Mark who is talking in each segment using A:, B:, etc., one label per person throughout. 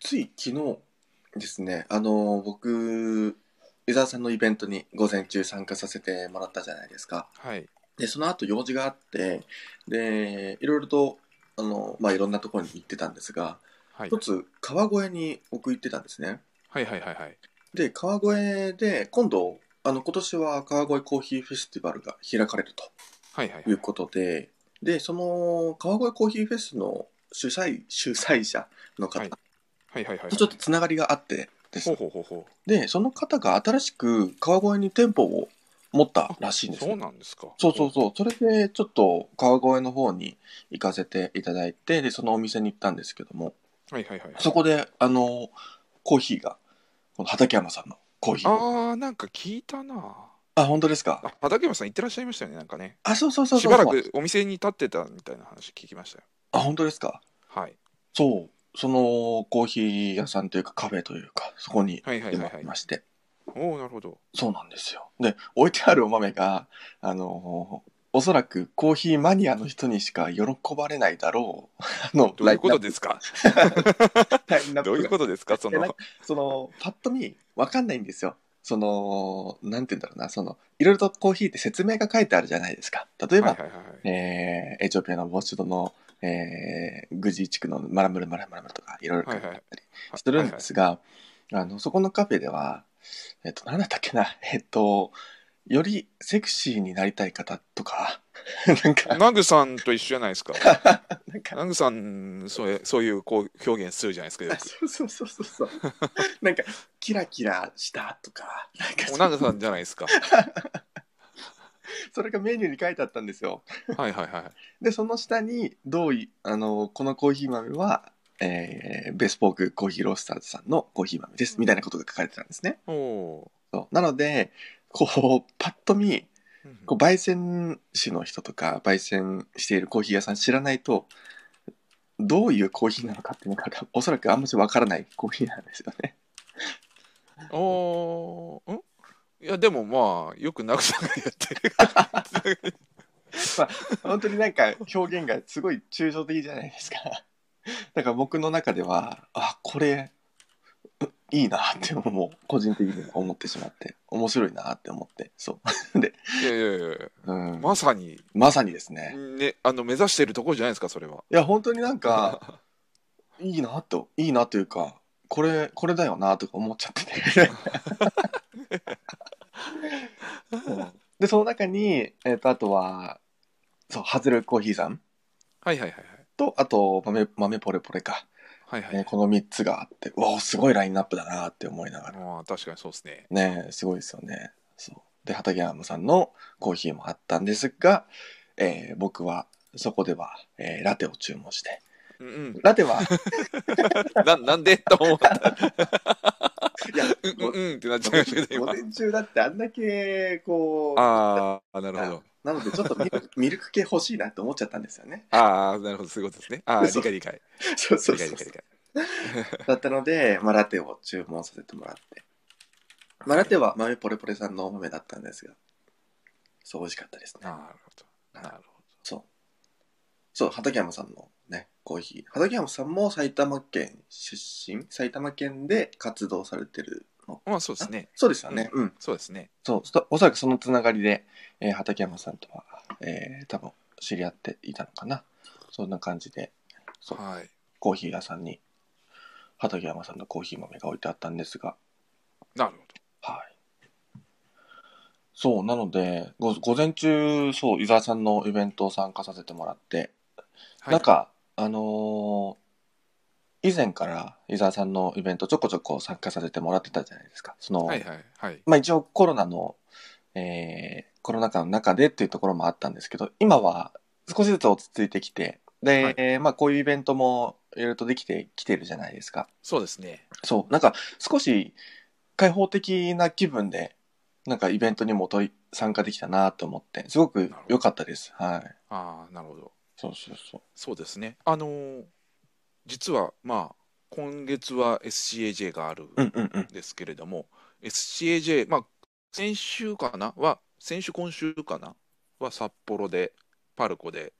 A: つい昨日ですね、あの、僕、湯沢さんのイベントに午前中参加させてもらったじゃないですか。
B: はい。
A: で、その後用事があって、で、いろいろと、あの、まあ、いろんなところに行ってたんですが、
B: はい
A: 一。つ川越に僕行ってたんですね。
B: はいはいはいはい。
A: で、川越で、今度、あの、今年は川越コーヒーフェスティバルが開かれると。
B: はいはい
A: ということで、で、その、川越コーヒーフェスの主催、主催者の方
B: はいはいはいはい。
A: とちょっとつながりがあってです
B: ほう
A: ね、
B: ほうほうほう。
A: で、その方が新しく川越に店舗を持ったらしいんです
B: そう
A: よ。
B: なんですか。
A: そうそうそう。それで、ちょっと川越の方に行かせていただいて、で、そのお店に行ったんですけども、
B: はいはいはい。
A: そこで、あの、コーヒーが、この畠山さんのコーヒーを。
B: ああ、なんか聞いたな。
A: あ、本当ですか。
B: あ、畠山さん行ってらっしゃいましたよね、なんかね。
A: あ、そうそうそう
B: し
A: そう。
B: ばらくお店に立ってたみたいな話聞きましたよ。
A: あ、本当ですか。
B: はい。
A: そう。そのコーヒー屋さんというかカフェというか、そこに
B: はいはい
A: で
B: は
A: も
B: い
A: あ
B: は
A: り
B: い
A: ま。して、
B: おお、なるほど。
A: そうなんですよ。で、置いてあるお豆が、あのーおそらくコーヒーマニアの人にしか喜ばれないだろう。 あの、
B: どういうこと
A: ラ
B: ですか
A: インナップ
B: どういうことですかその
A: いや。その、パッと見、わかんないんですよ。その、なんて言うんだろうな、その、いろいろとコーヒーって説明が書いてあるじゃないですか。例えば、
B: はいはいはいはい。
A: えーエチオピアのボスドの、えーグジー地区のマラムルマラムルとか、いろいろ書いてあったりするんですが、あの、そこのカフェでは、えっと、なんだったっけな、えっと、よりセクシーになりたい方とか、 なんか、
B: ナグさんと一緒じゃな いですか。
A: なんか、
B: ナグさん、そういうそういうこう表現するじゃな いですか。よ
A: あ
B: く
A: そうそうそうそう そう。なんか、キラキラしたとか、なんか
B: お
A: そ
B: ナグさんじゃないですか。
A: それがメニューに書いてあったんですよ。
B: はいはいはい。
A: で、その下に、どうい、あの、このコーヒー豆は、えーベスポークコーヒーロースターズさんのコーヒー豆です、みたいなことが書かれてたんですね。
B: おお
A: そうなので、こう、パッと見、
B: ー。うん
A: こう焙煎師の人とか焙煎しているコーヒー屋さん知らないとどういうコーヒーなのかっていうのがおそらくあんまりわからないコーヒーなんですよね。
B: あーんいやでもまあよくナグさんがやってる
A: 本当になんか表現がすごい抽象的じゃないですか。だから僕の中ではあこれういいなってもう個人的に思ってしまって面白いなって思ってそうで、
B: いやいやいや
A: うんま
B: まさに、
A: さにですね
B: ね、あの目指してるところじゃないですかそれはい
A: や本当になんか いいなといいなというかこれこれだよなとか思っちゃっててうんでその中に、えっとあとはそうハズレコーヒーさん
B: はいはいはい
A: とあと豆豆ポレポレか、
B: はいはいは
A: ね
B: い
A: この3つがあってうわすごいラインナップだなって思いながら
B: まあ確かにそうですね
A: ねすごいですよねそうで畠山さんのコーヒーもあったんですが、えー僕はそこでは、えーラテを注文して
B: うんうん
A: ラテは
B: ななんでと思った
A: いや
B: うん
A: ご
B: うんうんってなっちゃいましたけど
A: 午
B: 今
A: 前中だってあんだけこう
B: ああなるほど
A: なのでちょっとミルクミルク系欲しいなって思っちゃったんですよね。
B: ああなるほどそういうことですねああ
A: そ
B: 理
A: う
B: 解理解
A: そうそ
B: 理
A: うそ
B: 解
A: う
B: 理解理解
A: だったので、まあ、ラテを注文させてもらって。まあ、ラテは豆ポレポレさんのお豆だったんですが、そう、美味しかったですね
B: な。るほどなるほ
A: そう。そう、畠山さんのね、コーヒー。畠山さんも埼玉県出身埼玉県で活動されてるの。
B: どまあそうですね
A: そうですよね。うん。
B: そうですね
A: そう、そおそらくそのつながりで、えー畠山さんとは、えー多分知り合っていたのかな。そんな感じで、そう
B: はい
A: コーヒー屋さんに畠山さんのコーヒー豆が置いてあったんですが、
B: なるほ
A: はい。そう、なので、ご午前中、そう、伊沢さんのイベントを参加させてもらって、
B: ど
A: なんか、あのー以前から伊沢さんのイベントちょこちょこ参加させてもらってたじゃないですか。その、
B: はいはいはい
A: まあ一応コロナの、えーコロナ禍の中でっていうところもあったんですけど、今は少しずつ落ち着いてきて、で、
B: はい
A: えーまあこういうイベントもいろいろとできてきてるじゃないですか。
B: そうですね
A: そう、なんか少し開放的な気分で、なんかイベントにも取り参加できたなと思って、すごく良かったです。はい。
B: ああなるほど
A: そうそうそう。
B: そうですね。あのー実はまあ今月は SCAJ がある
A: うんんうんうん。
B: ですけれども、SCAJ まあ先週かなは先週今週かなは札幌でパルコで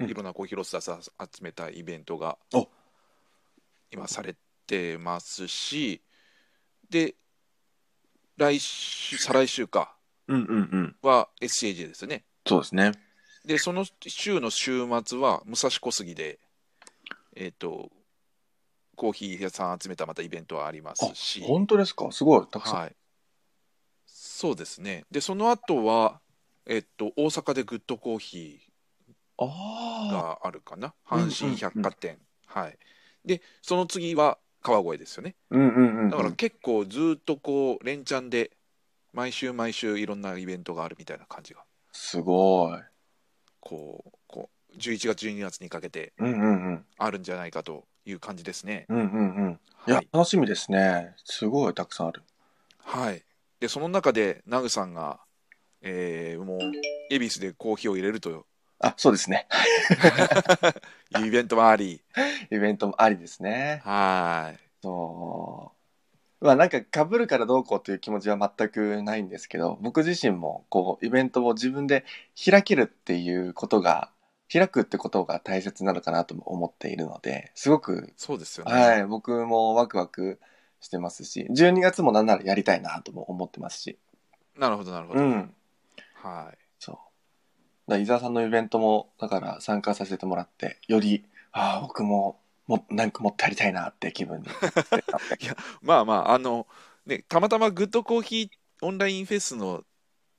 A: うん
B: いろんなコーヒーロスターズ集めたイベントが
A: お
B: 今されしてますしで来週再来週か
A: うんうんうん。
B: は SCAJ ですよね
A: そうですね。
B: でその週の週末は武蔵小杉でえっ、とコーヒー屋さん集めたまたイベントはありますし
A: 本当ですかすごい。たくさん。
B: はい、そうですねでその後はえっと大阪でグッドコーヒー
A: ああ。
B: があるかな
A: うんうんうん
B: 阪神百貨店、はいでその次は川越ですよね
A: うんうんうん。
B: だから結構ずっとこう連チャンで毎週毎週いろんなイベントがあるみたいな感じが
A: すごい。
B: こうこう11月12月にかけて
A: うんうんうん。
B: あるんじゃないかという感じですね。
A: うんうんうん。い
B: は
A: や
B: い、、
A: 楽しみですね。すごいたくさんある。
B: はい、でその中でナグさんが、えーもう恵比寿でコーヒーを入れると
A: あ、そうですね。
B: いうイベントもあり、
A: イベントもありですね。
B: はい
A: そう。まあなんか被るからどうこうという気持ちは全くないんですけど、僕自身もこうイベントを自分で開けるっていうことが、開くってことが大切なのかなとも思っているので、すごく、
B: そうですよね。
A: はい、僕もワクワクしてますし、12月もなんならやりたいなとも思ってますし、
B: なるほどなるほど。
A: うん、
B: はい。
A: そう。だから伊沢さんのイベントも、だから参加させてもらって、より、ああ、僕も、も、なんか持ってやりたいなって気分に。
B: まあまああのねたまたまグッドコーヒーオンラインフェスの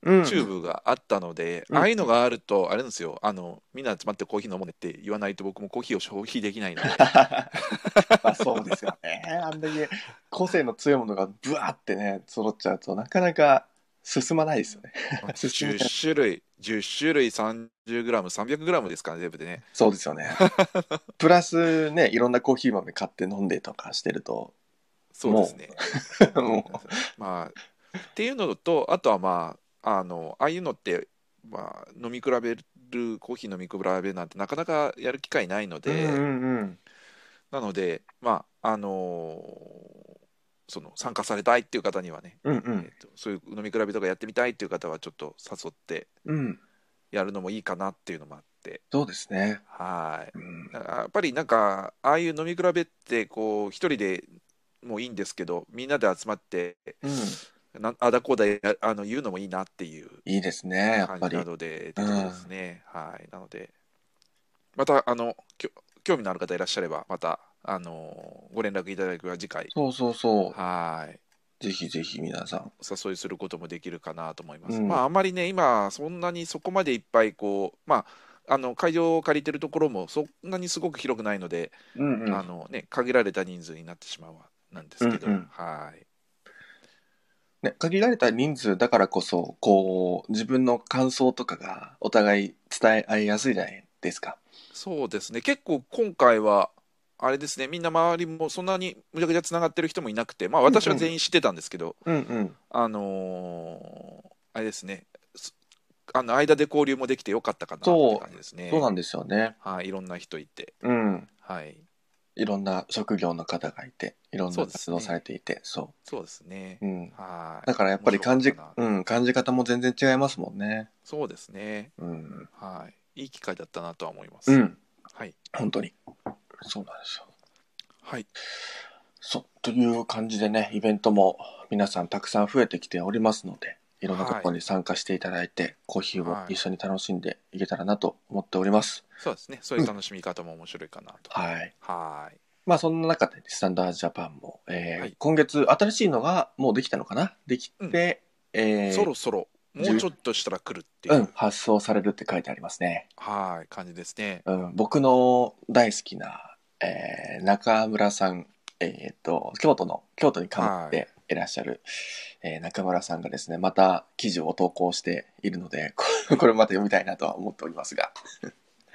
A: うん
B: チューブがあったので、
A: うん
B: ああいうのがあると、あれなんですよ、あの、みんな集まってコーヒー飲もうねって言わないと僕もコーヒーを消費で きないので、
A: まあそうですよね。あんだけ個性の強いものがブワーってね、揃っちゃうとなかなか進まないですよね。進む
B: 10種類、10種類 30g、300g ですかね、全部でね。
A: そうです よね。プラスね、いろんなコーヒー豆買って飲んでとかしてると、
B: そうですね。
A: も
B: まあ、っていうのと、あとはまあ、あの、ああいうのって、まあ、飲み比べる、コーヒー飲み比べなんてなかなかやる機会ないの
A: う、
B: で、
A: うんうんうん。
B: なので、まあ、あのーその、参加されたいっていう方にはね、
A: うんう
B: え
A: ん
B: っ。とそういう飲み比べとかやってみたいっていう方はちょっと誘って
A: うん。
B: やるのもいいかなっていうのもあって
A: そうですね。
B: はい
A: うん
B: だからやっぱりなんかああいう飲み比べってこう一人でもいいんですけどみんなで集まって
A: うん、
B: なあだこうだやあの言うのもいいなっていう
A: いいですね、やっ
B: 感
A: ぱ
B: じ
A: り
B: な。のでってことですね、はいなのでまたあのきょ興味のある方いらっしゃればまたあのご連絡いただければ次回
A: そうそうそ
B: はい。
A: う。ぜひぜひ皆さん。
B: お誘いすることもできるかなと思います。
A: うん
B: まああまりね今そんなにそこまでいっぱいこうまああの会場を借りてるところもそんなにすごく広くないので、
A: うんう
B: あ
A: ん。
B: のね限られた人数になってしまうわなんですけど、
A: うんうん
B: はい
A: ね、限られた人数だからこそ、こう、自分の感想とかがお互い伝え合いやすいじゃないですか。
B: そうですね結構今回はあれですねみんな周りもそんなにむちゃくちゃつながってる人もいなくてまあ私は全員知ってたんですけど、
A: うんうん。
B: あのーあれですねすあの間で交流もできてよかったかなって感じですね。
A: そうなんですよね。
B: はい、いろんな人いて、
A: うん。
B: はい、
A: いろんな職業の方がいて、いろん
B: そう
A: な
B: ですね
A: 活動されていて、そ
B: そうですね。
A: う。うん。
B: はい。
A: だからやっぱり感
B: 面
A: じ
B: 白かっ、たな
A: うん、感じ方も全然違いますもんね。
B: そうですね。
A: うん。
B: はい。いい機会だったなとは思います。
A: うん、
B: はい。
A: 本当に。そうなんですよ。
B: はい。
A: そう、という感じでね、イベントも皆さんたくさん増えてきておりますので、いろんなところに参加していただいて、コーヒーを一緒に楽しんでいけたらなと思っております。
B: そうですね。そういう楽しみ方も面白いかなと。
A: はい。
B: はい。
A: まあそんな中で、スタンダードジャパンも、えー
B: はい
A: 今月新しいのがもうできたのかなできて、えー
B: そろそろ、もうちょっとしたら来るっていう、
A: うん、発送されるって書いてありますね。
B: はい、感じですね。
A: うん、僕の大好きな、えー中村さん、えーっと、京都の、京都に関っていらっしゃる、えー中村さんがですね、また記事を投稿しているので、こ れこれまた読みたいなとは思っておりますが。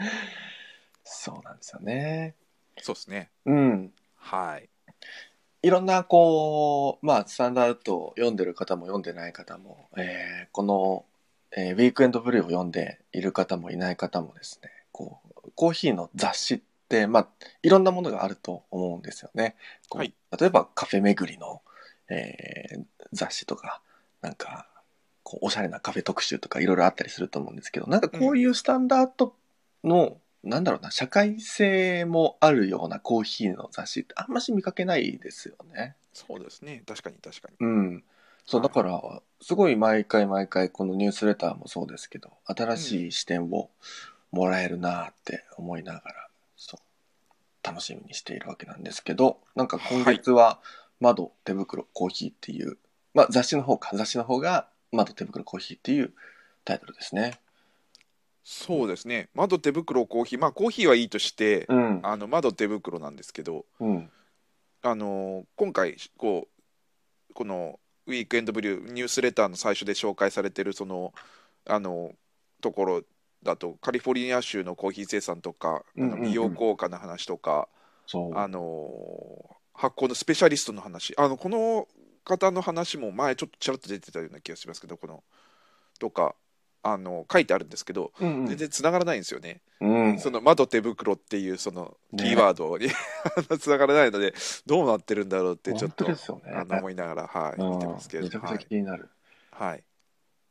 A: そうなんですよね。
B: そうですね。
A: うん。
B: はい。
A: いろんな、こう、まあ、スタンダードを読んでる方も読んでない方も、えーこの、えーウィークエンドブルーを読んでいる方もいない方もですね、こう、コーヒーの雑誌って、まあ、いろんなものがあると思うんですよね。こう
B: はい
A: 例えば、カフェ巡りの、えー雑誌とか、なんか、こう、おしゃれなカフェ特集とかいろいろあったりすると思うんですけど、なんかこういうスタンダードのなんだろうな、社会性もあるようなコーヒーの雑誌ってあんまし見かけないですよね。
B: そうですね確かに確かに
A: うん。そう、
B: はい
A: だから、すごい毎回毎回このニュースレターもそうですけど、新しい視点をもらえるなって思いながら、そう、楽しみにしているわけなんですけど、なんか今月は、窓、手袋、コーヒーっていう、まあ雑誌の方か、雑誌の方が、窓、手袋、コーヒーっていうタイトルですね。
B: そうですね窓手袋コーヒーまあコーヒーはいいとして、
A: うん。
B: あの窓手袋なんですけど
A: うん。
B: あの今回こうこのウィークエンドブリューニュースレターの最初で紹介されてるそのあのところだとカリフォルニア州のコーヒー生産とか、あ
A: うんうん
B: の
A: うん
B: 美容効果の話とか、
A: そう。
B: あの発酵のスペシャリストの話あのこの方の話も前ちょっとちらっと出てたような気がしますけどこのとかあの書いてあるんですけど
A: うん
B: 全然繋がらないんですよね。
A: うん。うん
B: その窓手袋っていうそのキ
A: ね
B: ーワードにつながらないのでどうなってるんだろうってちょ
A: 本
B: っ
A: 当
B: と
A: ですよね。
B: あの思いながらはい見てますけ
A: うん
B: れ
A: めち
B: ど
A: ゃく
B: は
A: ちゃ
B: い
A: 気になる。
B: はい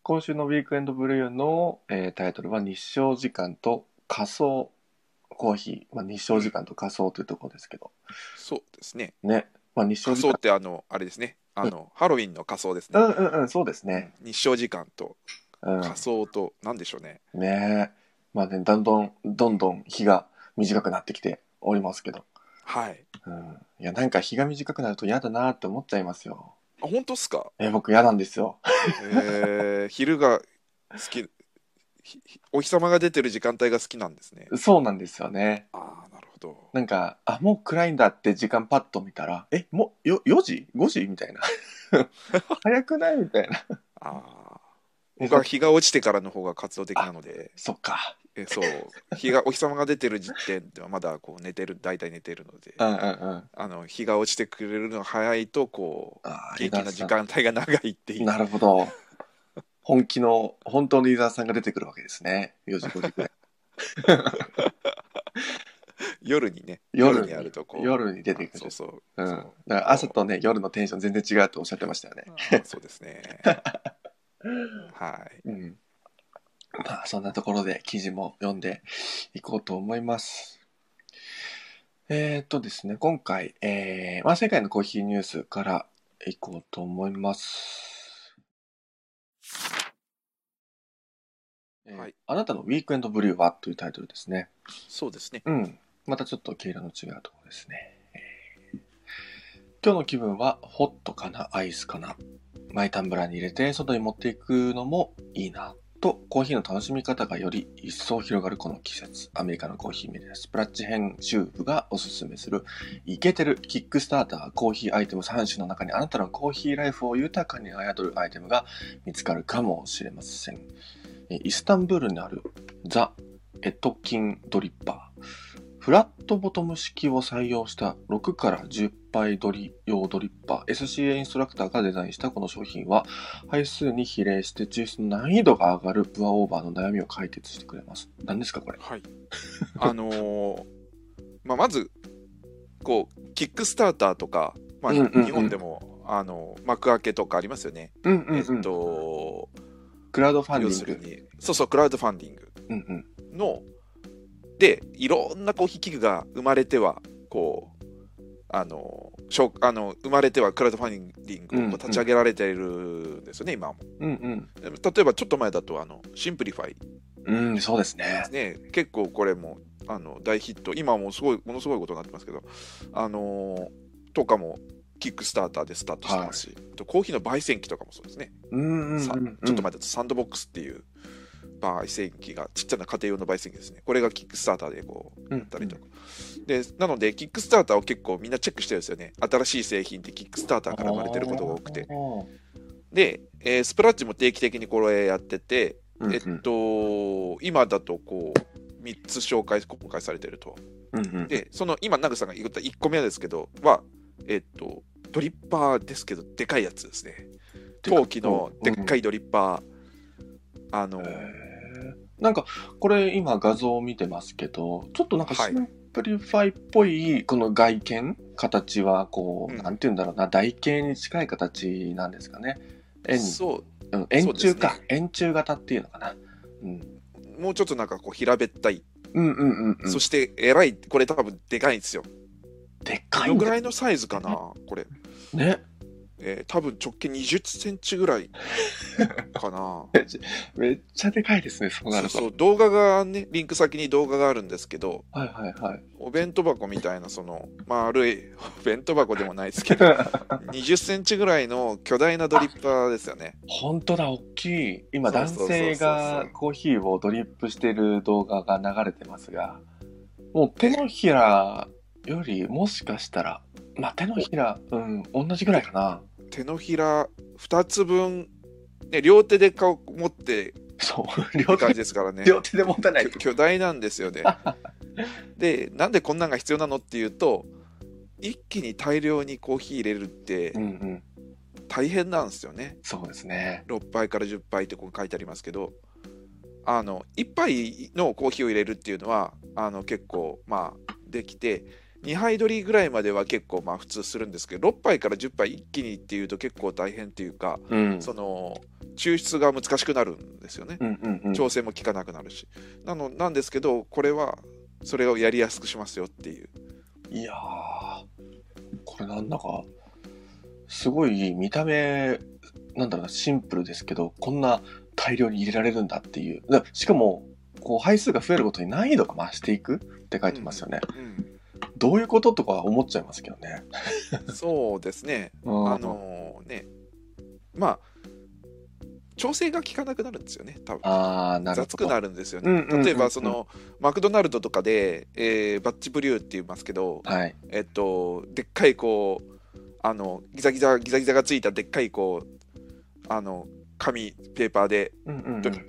A: 今週のウィークエンドブルーの、えータイトルは日照時間と仮想コーヒー、まあ、日照時間と仮想というところですけど
B: そうですね
A: ね、まあ、日照
B: 仮
A: 時
B: 装
A: 間
B: ってあのあれですねあのハロウィンの仮装です
A: う
B: ね
A: んうんうんそうですね
B: 日照時間と
A: うん
B: 仮装となんでしょうね
A: ねまあねだんどんどんどん日が短くなってきておりますけど、
B: はい
A: うん、いやなんか日が短くなると嫌だなって思っちゃいますよ
B: あ本当っすか
A: え僕嫌なんですよ
B: えー昼が好きひひお日様が出てる時間帯が好きなんですね
A: そうなんですよね
B: ああなるほど
A: なんかあもう暗いんだって時間パッと見たらえもうよ4時5時みたいな 早くないみたいな
B: ああ僕は日が落ちてからの方が活動的なので
A: そっか
B: えそう日がお日様が出てる時点ではまだこう寝てる大体寝てるので
A: うんうんうん。
B: あの日が落ちてくれるのが早いとこう
A: ああ、
B: 元気な時間帯が長いっていう
A: なるほど。本気の、本当のユーザーさんが出てくるわけですね。4時5時くら い。
B: 夜にね
A: 夜
B: にやるとこう
A: 夜に出てく
B: そ
A: る
B: う。そう、
A: うん。
B: そ
A: だ
B: う
A: から朝とね、夜のテンション全然違うっておっしゃってましたよね。
B: あそうで すねはい
A: うん。まあ、そんなところで記事も読んでいこうと思います。えー、っとですね、今回、えー、まあ、世界のコーヒーニュースからいこうと思います。えー
B: はい
A: あなたのウィークエンドブリューはというタイトルですね。
B: そうですね
A: うん。またちょっと毛色の違うところですね。えー今日の気分はホットかなアイスかな。マイタンブラーに入れて外に持っていくのもいいな。と、コーヒーの楽しみ方がより一層広がるこの季節。アメリカのコーヒーメディアスプラッチ編集部がおすすめするイケてるキックスターターコーヒーアイテム3種の中にあなたのコーヒーライフを豊かに操るアイテムが見つかるかもしれません。えーイスタンブールにあるザ・エトキンドリッパー。フラットボトム式を採用した6から10杯ドリ用ドリッパー SCA インストラクターがデザインしたこの商品は配数に比例して抽出の難易度が上がるプアオーバーの悩みを解決してくれます。何ですかこれ。
B: はいあのーまあ、まずこうキックスターターとか、まあ、
A: うんうんうん
B: 日本でも、あの幕開けとかありますよね、
A: うんう
B: えっと
A: クラウドファンデ
B: 要
A: ィン
B: する
A: グ。
B: にそうそうクラウドファンディング
A: うんうん。
B: のでいろんなコーヒー器具が生まれてはこうあのしょあの生まれてはクラウドファンディン
A: うん
B: グ
A: うん
B: を立ち上げられているんですよね、今も
A: うん
B: でも例えばちょっと前だとあのシンプリファイで
A: うん。うん、そうですね
B: す。ね結構これもあの大ヒット今もすごいものすごいことになってますけどあのとかもキックスターターでスタートしてますし、とコーヒーの焙煎機とかもそうですね
A: うんうんうん。
B: さちょっと前だとサンドボックスっていう焙煎機がちっちゃな家庭用の焙煎機ですねこれがキックスターターでこう
A: うん
B: やったりとか、でなのでキックスターターを結構みんなチェックしてるんですよね新しい製品ってキックスターターから生まれてることが多くて
A: あー。
B: で、えースプラッチも定期的にこれやってて、
A: うんうん
B: えっと今だとこう3つ紹介公開されてると
A: うんうん。
B: でその今ナグさんが言った1個目ですけどはえっとドリッパーですけどでかいやつですね陶器のでっか
A: い。
B: いドリッパー、あの、
A: へーなんか、これ今画像を見てますけど、ちょっとなんか
B: は
A: シ
B: い
A: ンプリファイっぽい、この外見、形は、こう、
B: うん
A: なんて言うんだろうな、台形に近い形なんですかね。円、
B: そ
A: うん円柱か、
B: そうです
A: 円柱型っていうのかな。うん。
B: うもうちょっとなんかこう平べったい
A: うんうんうんうん
B: そしてえらいこれ多分でかいんですよ
A: でっか
B: ど
A: い
B: の
A: ん
B: ぐ
A: だ
B: ら
A: よ
B: いのサイズかなこれ、
A: ね
B: えー多分直径2 0ンチぐらい かな
A: めっちゃでかいですねそうな
B: そう
A: ると
B: そう動画がねリンク先に動画があるんですけど
A: はいはいはい
B: お弁当箱みたいなその丸いお弁当箱でもないですけ ど2 0ンチぐらいの巨大なドリッパーですよね
A: 本当だ大きい今
B: そう
A: 男
B: そうそうそう
A: 性がコーヒーをドリップしてる動画が流れてますがもう手のひらよりもしかしたらまあ手のひらうん同じぐらいかな
B: 手のひら2つ分、ね、両手で顔持って
A: そう
B: って
A: 両
B: 感じ
A: 手
B: ですからね
A: 両手で持たない
B: 巨巨大なんです よねでなんでこんなんが必要なのっていうと一気に大量にコーヒー入れるって
A: うんうん
B: 大変なんですよね
A: そうですね
B: 6杯から10杯ってこう書いてありますけどあの1杯のコーヒーを入れるっていうのはあの結構まあできて2杯取りぐらいまでは結構まあ普通するんですけど6杯から10杯一気にっていうと結構大変っていうか
A: うん
B: その抽出が難しくなるんですよね
A: うんうんうん
B: 調整も効かなくなるし、なのなんですけどこれはそれをやりやすくしますよっていう
A: いやーこれなんだかすごい見た目なんだろうなシンプルですけどこんな大量に入れられるんだっていうだしかもこう配数が増えることに難易度が増していくって書いてますよね、
B: うん、
A: どういうこととか思っちゃいますけどね、
B: そうですね
A: うん、
B: あのねまあ調整が効かなくなるんですよね多分
A: あーなるほど
B: 雑くなるんですよ
A: うん
B: ね
A: うんうんうん
B: 例えばそのマクドナルドとかで、えーバッチブリューって言いますけど、
A: はい
B: えっと、でっかいこうあのギザギザギザギザがついたでっかいこうあの紙ペーパーで
A: うんうんうん
B: ドリ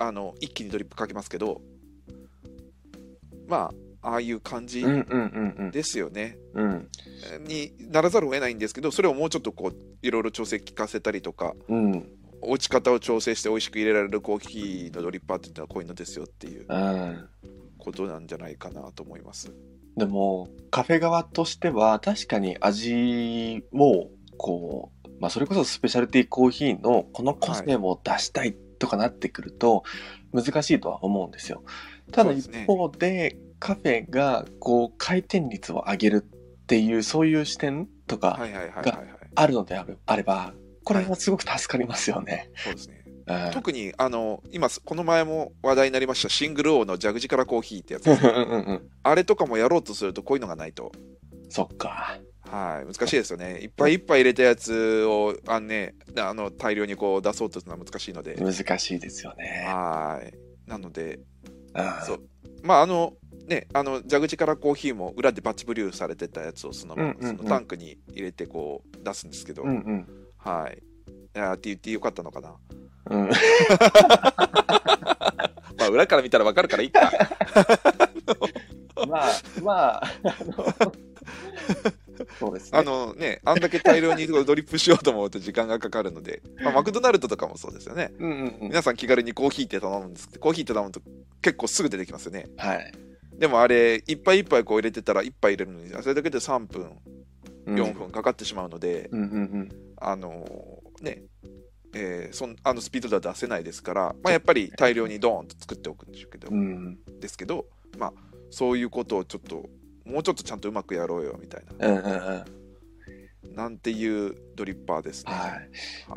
B: あの一気にドリップかけますけどまあああいう感じ
A: うんうん
B: ですよね、
A: うんうん
B: にならざるを得ないんですけどそれをもうちょっとこういろいろ調整効かせたりとか
A: うんうん
B: 落ち方を調整して美味しく入れられるコーヒーのドリッパーっていうのはこういうのですよっていう
A: うん
B: ことなんじゃないかなと思います。
A: でもカフェ側としては確かに味をこう、まあ、それこそスペシャルティーコーヒーのこの個性を出したいとかなってくると難しいとは思うんですよ。ただ
B: そうです
A: 一
B: ね
A: 方でカフェがこう回転率を上げるっていうそういう視点と
B: は
A: か
B: いはいはいはい、はい、
A: あるのであれあればこれはすごく助かりますよね。
B: そうですね。
A: うん
B: 特にあの今この前も話題になりましたシングル王の蛇口からコーヒーってやつ ですね
A: うんうんうん
B: あれとかもやろうとするとこういうのがないと
A: そっか。
B: はい、難しいですよね。いっぱいいっぱい入れたやつをあの、ね、あの大量にこう出そうとするのは難しいので、
A: 難しいですよね。
B: はい。なので、
A: うん
B: そうまああのね、あの蛇口からコーヒーも裏でバッチブリューされてたやつをそのまま
A: うんうんう
B: そ
A: ん
B: のタンクに入れてこう出すんですけど、
A: うんうん
B: はい。あーって言ってよかったのかな。
A: うん
B: まあ裏から見たらわかるからいいか。
A: まあ、まあ、あの、そうですね。
B: あのね、あんだけ大量にドリップしようと思うと時間がかかるので、まあ、マクドナルドとかもそうですよね。
A: うんうんうん。
B: 皆さん気軽にコーヒーって頼むんですけど、コーヒーって頼むと結構すぐ出てきますよね。
A: はい。
B: でもあれ、いっぱいいっぱいこう入れてたら、いっぱい入れるのに、それだけで3分、4分かかってしまうので、
A: うん。うんうん
B: あのーね、えーそんあのスピードでは出せないですから、まあ、やっぱり大量にドーンと作っておくんでしょうけど、
A: うん。うん
B: ですけど、まあ、そういうことをちょっと、もうちょっとちゃんとうまくやろうよみたい
A: うんうんうん。
B: な、なんていうドリッパーですね。
A: はい。
B: はい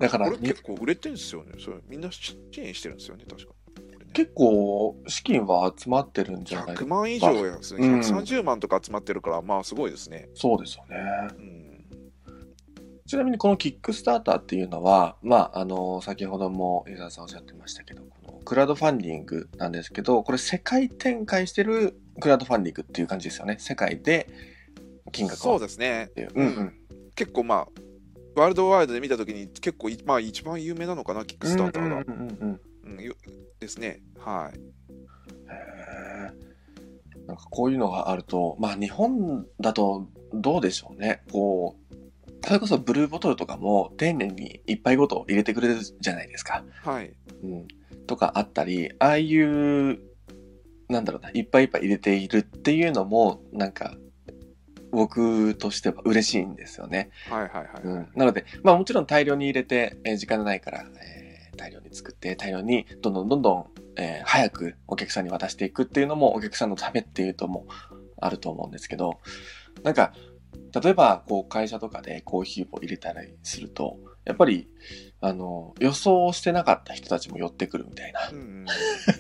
A: だから
B: これ結構売れてるんですよね。それみんな支援してるんですよね、確か。これね
A: 結構、資金は集まってるんじゃない
B: 100万以上やですね、
A: うん
B: 130万とか集まってるから、まあすごいですね。
A: そうですよね。
B: うん
A: ちなみにこのキックスターターっていうのは、まあ、あの、先ほども江沢さんおっしゃってましたけど、このクラウドファンディングなんですけど、これ世界展開してるクラウドファンディングっていう感じですよね。世界で金額
B: そ
A: を
B: うですね
A: っていう。うんうん。
B: 結構まあワールドワイドで見た時に結構いまあ一番有名なのかなキックスターターが、
A: うんうんうんうんうん。
B: うんよですねはい
A: へーなんかこういうのがあると、まあ日本だとどうでしょうね。こう、それこそブルーボトルとかも丁寧に一杯ごと入れてくれるじゃないですか。
B: はい
A: うん。とかあったり、ああいう、なんだろうな、いっぱいいっぱい入れているっていうのも、なんか、僕としては嬉しいんですよね。
B: はいはいはい、
A: うん。なので、まあもちろん大量に入れて、えー時間がないから、えー大量に作って、大量にどんどんどんどん、えー早くお客さんに渡していくっていうのもお客さんのためっていうともあると思うんですけどなんか例えばこう会社とかでコーヒーを入れたりするとやっぱりあの予想してなかった人たちも寄ってくるみたいな
B: う。ん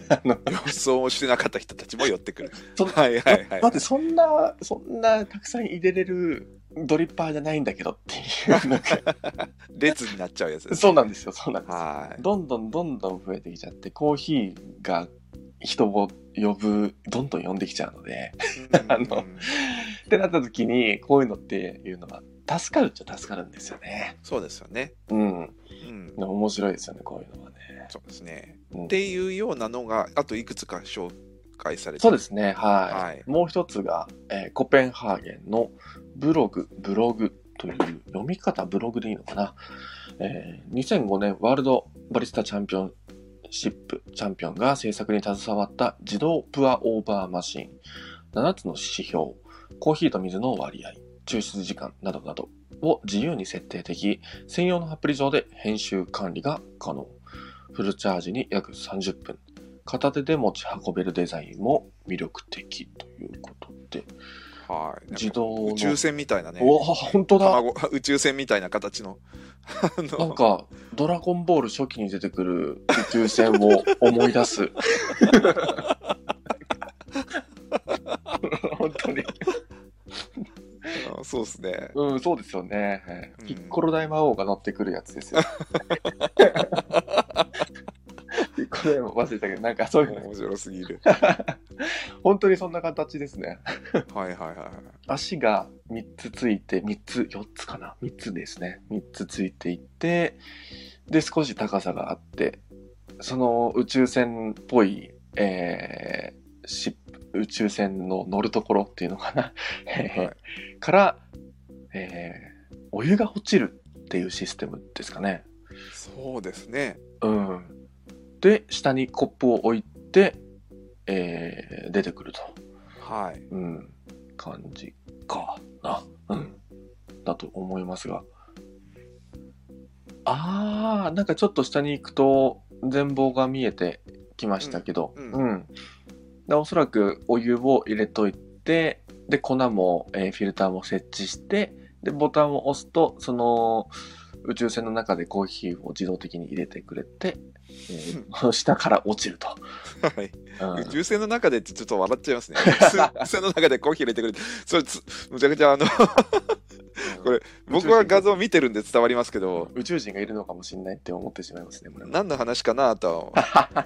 A: あの
B: 予想をしてなかった人たちも寄ってくる
A: そ
B: はいはいはい
A: だってそんなそんなたくさん入れれるドリッパーじゃないんだけどっていうなん か
B: 列になっちゃうやつです
A: そうなんですよそうなんですよ
B: はい
A: どんどんどんどん増えてきちゃってコーヒーが人を呼ぶどんどん呼んできちゃうので あの
B: うん
A: ってなった時にこういうのっていうのは助かるっちゃ助かるんですよね
B: そうですよね
A: うん
B: うん
A: 面白いですよねこういうのはね、
B: そうですね
A: うん
B: っていうようなのがあといくつか紹介されて
A: そうですすねはい、
B: はい
A: もう一つが、えーコペンハーゲンのブログブログという読み方ブログでいいのかな、えー2005年ワールドバリスタチャンピオンシップチャンピオンが制作に携わった自動プアオーバーマシン7つの指標コーヒーと水の割合抽出時間などなどを自由に設定でき専用のアプリ上で編集管理が可能フルチャージに約30分片手で持ち運べるデザインも魅力的ということで、
B: はいなんか
A: 自動の
B: 宇宙船みたいなね
A: お本当だ
B: 卵 宇宙船みたいな形のあの
A: なんか「ドラゴンボール」初期に出てくる宇宙船を思い出す本当に
B: あそうですね
A: うんそうですよね、
B: うん
A: ピッコロ大魔王が乗ってくるやつ ですよピッコロ大魔王忘れたけどなんかそういうの
B: 面白すぎ る
A: 本当にそんな形ですね
B: はいはいはい
A: 足が3つついて3つ4つかな3つですね3つついていてで少し高さがあってその宇宙船っぽい、えーシップ宇宙船の乗るところっていうのかな、
B: は
A: から、えーお湯が落ちるっていうシステムですかね
B: そうですね
A: うんで下にコップを置いて、えー出てくると
B: はい
A: うん、感じかな。うん。だと思いますが。あー、なんかちょっと下に行くと全貌が見えてきましたけど、
B: うん
A: う。
B: うん
A: でおそらくお湯を入れといて、で、粉も、えーフィルターも設置して、で、ボタンを押すと、その、宇宙船の中でコーヒーを自動的に入れてくれて、え ー下から落ちると。
B: はい
A: うん
B: 宇宙船の中でってちょっと笑っちゃ いますね。宇宙船の中でコーヒー入れてくれて、それつ、むちゃくちゃあの、これ僕は画像見てるんで伝わりますけど、
A: 宇宙人がいるのかもしれないって思ってしまいますね。これ
B: 何の話かなとは。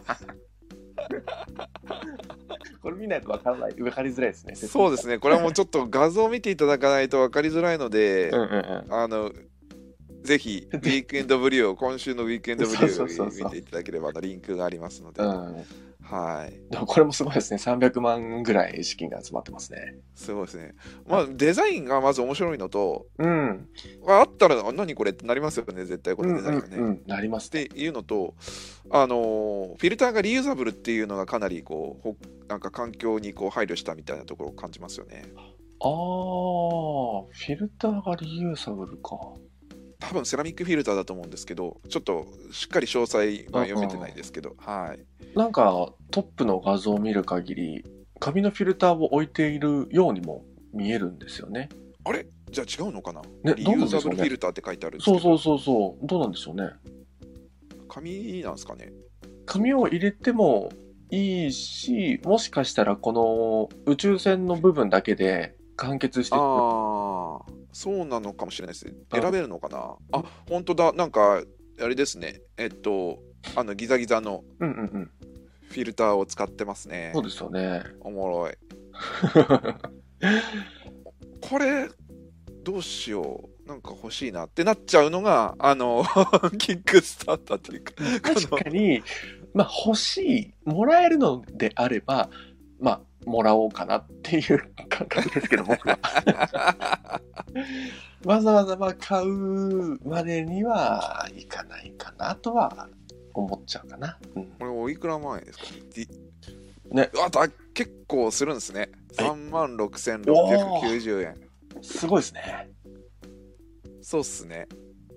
A: これ見ないと分からない、分かりづらいですね。
B: そうですね、これはもうちょっと画像を見ていただかないと分かりづらいので
A: うん、うんうん。
B: あの、ぜひ、ウィークエンドブリューを、今週のウィークエンドブリュ
A: そうそうそう
B: ー
A: そう
B: を見ていただければ、あのリンクがありますので、
A: うん、
B: はい。
A: でもこれもすごいですね。300万ぐらい資金が集まってますね。
B: すごいですね。まあ、デザインがまず面白いのと、
A: うん。
B: ああったら、あ何これってなりますよね、絶対こ
A: う
B: の
A: ん
B: デ
A: う
B: ザイ
A: ん
B: ンがね。
A: うん、なりま
B: っ
A: すね。
B: ていうのと、あのーフィルターがリユーザブルっていうのがかなりこうほなんか環境にこう配慮したみたいなところを感じますよね。
A: あー、フィルターがリユーサブルか。
B: 多分セラミックフィルターだと思うんですけど、ちょっとしっかり詳細は読めてないですけど、はい、
A: なんか、トップの画像を見る限り、紙のフィルターを置いているようにも見えるんですよね。
B: あれじゃあ違うのかな、
A: ね
B: リユーザブルフィルターって書いてあるんですけ
A: そ
B: ど、
A: うそうそうそう。どうなんでしょうね。
B: 紙なんですかね。
A: 紙を入れてもいいしもしかしたらこの宇宙船の部分だけで完結していく
B: ああ、そうなのかもしれないですね。
A: あ
B: 選べるのかなあ、本当だ、なんかあれですね、えっと、あのギザギザの
A: うんうんうん
B: フィルターを使ってますね
A: そう。ですよね
B: おもろい。これどうしようなんか欲しいなってなっちゃうのがあの キックスターターっていうか
A: 確
B: こ
A: かにまあ欲しいもらえるのであればまあもらおうかなっていう感覚ですけど僕はわざわざまあ買うまでにはいかないかなとは思っちゃうかな、うん、
B: のこれおいくら万円ですかディ
A: ね
B: うわだ結構するんですね
A: はい
B: 3万6690円
A: すごいですね
B: そうっすね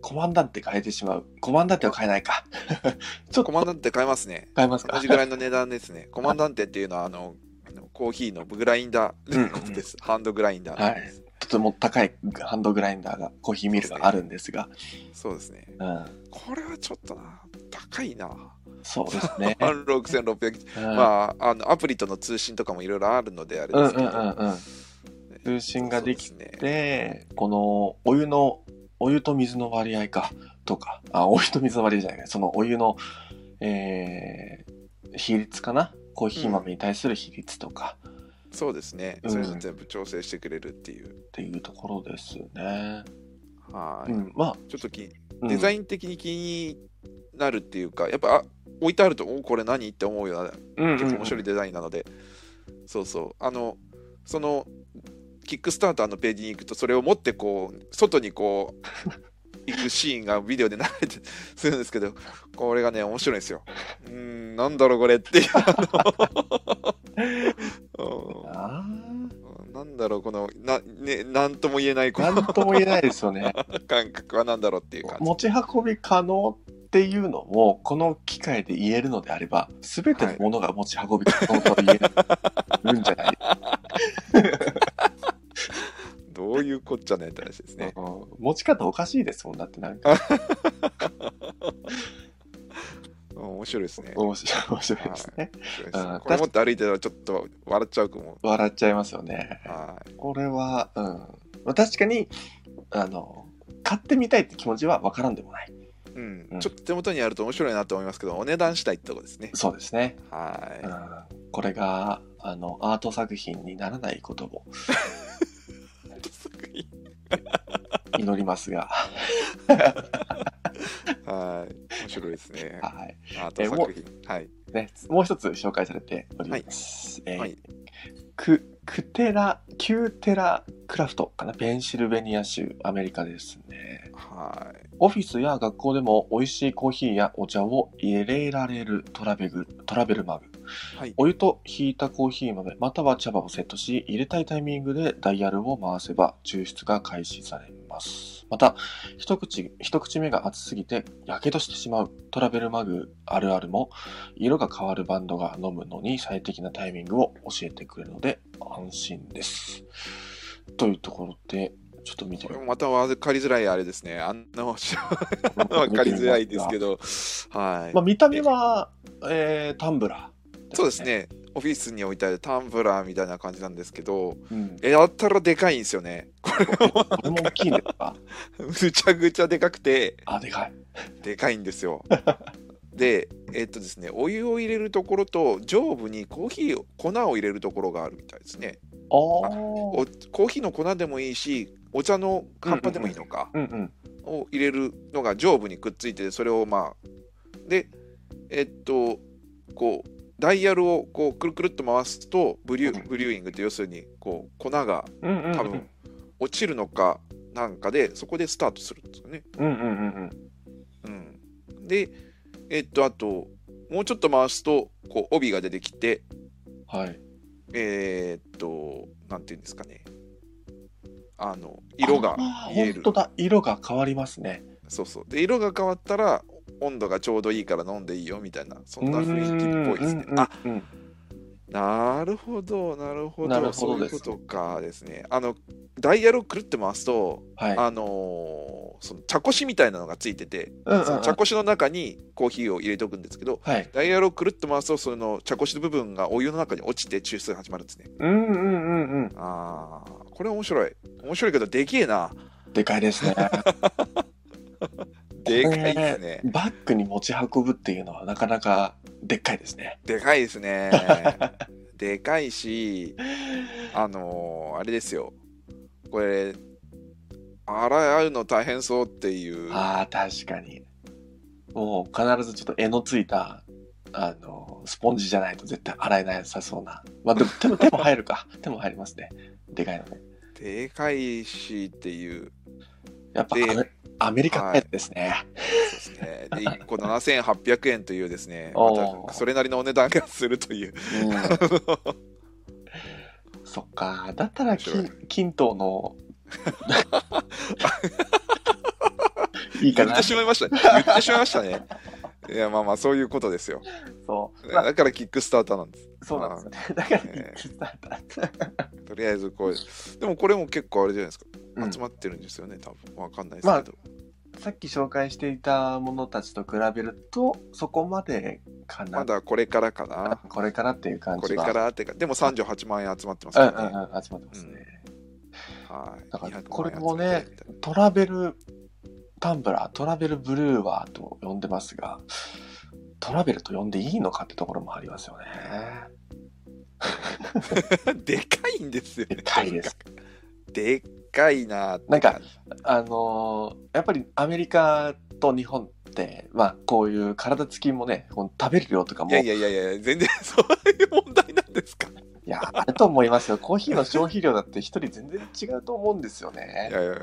A: コマンダンテ変えてしまう。コマンダンテは変えないか。ちょっ
B: コ
A: と
B: マンダンテ買えますね。
A: 変えますか
B: 同じぐらいの値段です ね。コマンダンテっていうのは、あの、あのコーヒーのグラインダーのことです。ハンドグラインダーです。
A: とても高いハンドグラインダーが、コーヒーミルがあるんですが、
B: そうですね。
A: うん、
B: これはちょっとな、高いな。。
A: そうですね
B: 16,600
A: うん
B: まあ、あのアプリとの通信とかもいろいろあるのであれ
A: うんうん
B: ですけど、
A: うんうん。通信ができ
B: そうですね
A: て、このお湯の、お湯と水の割合か、とか、あ、お湯と水の割合じゃないか、そのお湯の、えー比率かな。コーヒー豆に対する比率とか
B: そうですね、
A: うん
B: それを全部調整してくれるっていう、
A: っていうところですね。
B: はい
A: うん、まあ、
B: ちょっとき
A: うん
B: デザイン的に気になるっていうか、やっぱあ置いてあると、おこれ何って思うよう
A: う
B: な、
A: んうん
B: 結構面白いデザインなので、そうそう、あの、その、キックスターターのページに行くと、それを持ってこう、外にこう、 行くシーンがビデオで流れてするんですけど、これがね、面白いんですよ。うーん、なんだろう、これっていう。あのうん
A: あ
B: なんだろうこのな、ね、なんとも言えない
A: ー
B: こ
A: なん
B: の
A: とも言えないですよね。
B: 感覚はなんだろうっていう感じ
A: 持ち運び可能っていうのをこの機会で言えるのであれば全てのものが持ち運び可能と言えるんじゃない、
B: どういうこっちゃねって話ですね
A: うん持ち方おかしいですもんだってなんか
B: うん面白いですね
A: 面白い面白いですね、
B: 面白いで
A: あ
B: す
A: ー
B: これ持って歩いてたらちょっと笑っちゃうかも
A: 笑っちゃいますよね
B: はい
A: これは、うんまあ、確かにあの買ってみたいって気持ちは分からんでもない
B: うん
A: うん
B: ちょっと手元にあると面白いなと思いますけどお値段次第ってとこですね
A: そうですね、う
B: は
A: ん、これがあのアート作品にならないこと を
B: いほんとすごい
A: 祈りますが
B: はい面白いで すね
A: はい
B: あと
A: えもう
B: 作品はい
A: ね、もう一つ紹介されております。えー
B: はい
A: ククテラ、キューテラクラフトかな、ペンシルベニア州、アメリカですね。
B: はい
A: オフィスや学校でも美味しいコーヒーやお茶を入れられるトラベルトラベルマグ。
B: はい
A: お湯とひいたコーヒー豆、または茶葉をセットし、入れたいタイミングでダイヤルを回せば抽出が開始されます。また、一口、一口目が熱すぎて、火傷してしまうトラベルマグあるあるも、色が変わるバンドが飲むのに最適なタイミングを教えてくれるので、安心です。というところで、ちょっと見て
B: こ
A: み
B: れも
A: よ
B: また分かりづらいあれですねあんな
A: う。
B: 分 かりづらいですけどはい
A: まあ、見た目は、えー、タンブラー、
B: そうです。ねオフィスに置いてあるタンブラーみたいな感じなんですけど
A: うん。
B: やったらでかいんですよね これも
A: これも大きいんですか
B: ぐちゃぐちゃでかくて
A: あ、でかい。
B: でかいんです よでえっとですねお湯を入れるところと上部にコーヒーを粉を入れるところがあるみたいですね
A: あー
B: おコーヒーの粉でもいいしお茶の葉っぱでもいいのか、
A: うんうん。
B: を入れるのが上部にくっついてそれをまあでえっとこうダイヤルをこうくるくるっと回すとブリューブリューイングって要するにこう粉が
A: うんうんうん
B: 多分落ちるのかなんかでそこでスタートするんですよね。
A: うんうんうん
B: うん、でえっとあともうちょっと回すとこう帯が出てきて
A: うんはい
B: えーっとなんていうんですかねあの色が
A: あー
B: 見える
A: 本当だ色が変わりますね
B: そうそうで色が変わったら温度がちょうどいいから飲んでいいよみたいなそんな雰囲気っぽいですね
A: うんうんうん
B: あなるほどなるほど
A: なるほ
B: そう
A: ど
B: い
A: で
B: う
A: す
B: ことかですねあのダイヤルをくるって回すと、
A: はい
B: あのーその茶こしみたいなのがついてて、
A: うんうん
B: その茶こしの中にコーヒーを入れておくんですけど
A: はい
B: ダイヤルをくるっと回すとその茶こしの部分がお湯の中に落ちて抽出が始まるんですね
A: うんうんうんう
B: ああこれ面白い面白いけどでけえなん
A: でかいですね
B: でかいですね
A: バッグに持ち運ぶっていうのはなかなかでっかいですね
B: でかいです ねでかいしあのーあれですよこれ洗うの大変そうっていう
A: あー確かにもう必ずちょっと柄のついたあのスポンジじゃないと絶対洗えなさそうなまあでも手も手も入るか手も入りますねでかいのね
B: でかいしっていう
A: やっぱ
B: で
A: アメアメリカタイプですね、
B: そうですねで1個7800円というです ねま
A: おー
B: たそれなりのお値段がするという
A: そっか、だったら
B: 面白い
A: 金、金刀の、いいか
B: 言っ
A: な
B: て。しまいましたね。言ってしまいましたね。いや、まあまあ、そういうことですよ。
A: そう。まあ
B: だからキックスターターなんです。
A: そうなんですよね。だから、キックスターター。
B: とりあえずこう。でもこれも結構あれじゃないですか。
A: うん
B: 集まってるんですよね、多分。わかんないですけど。
A: さっき紹介していたものたちと比べると、そこまでかな。
B: まだこれからか
A: あ
B: な。
A: これからっていう感
B: こ
A: じ
B: れ
A: は。
B: からってか、でも38万円集まってます
A: うん
B: か
A: うん
B: らね。
A: うん、集まってますね。
B: はい。
A: だから
B: 200万円
A: これもね
B: 集めてみたいな
A: トラベルタンブラー、トラベルブルーワーと呼んでますが、トラベルと呼んでいいのかってところもありますよね。
B: でかいんですよね。
A: でかいです
B: とにかく。でかいな
A: な
B: なん
A: か、あのーやっぱりアメリカと日本って、まあ、こういう体つきもね、この食べる量とかも、
B: いやいやいやいや、全然そういう問題なんですか。
A: いやあると思いますよ。コーヒーの消費量だって一人全然違うと思うんですよ
B: い
A: ね。
B: やいやいや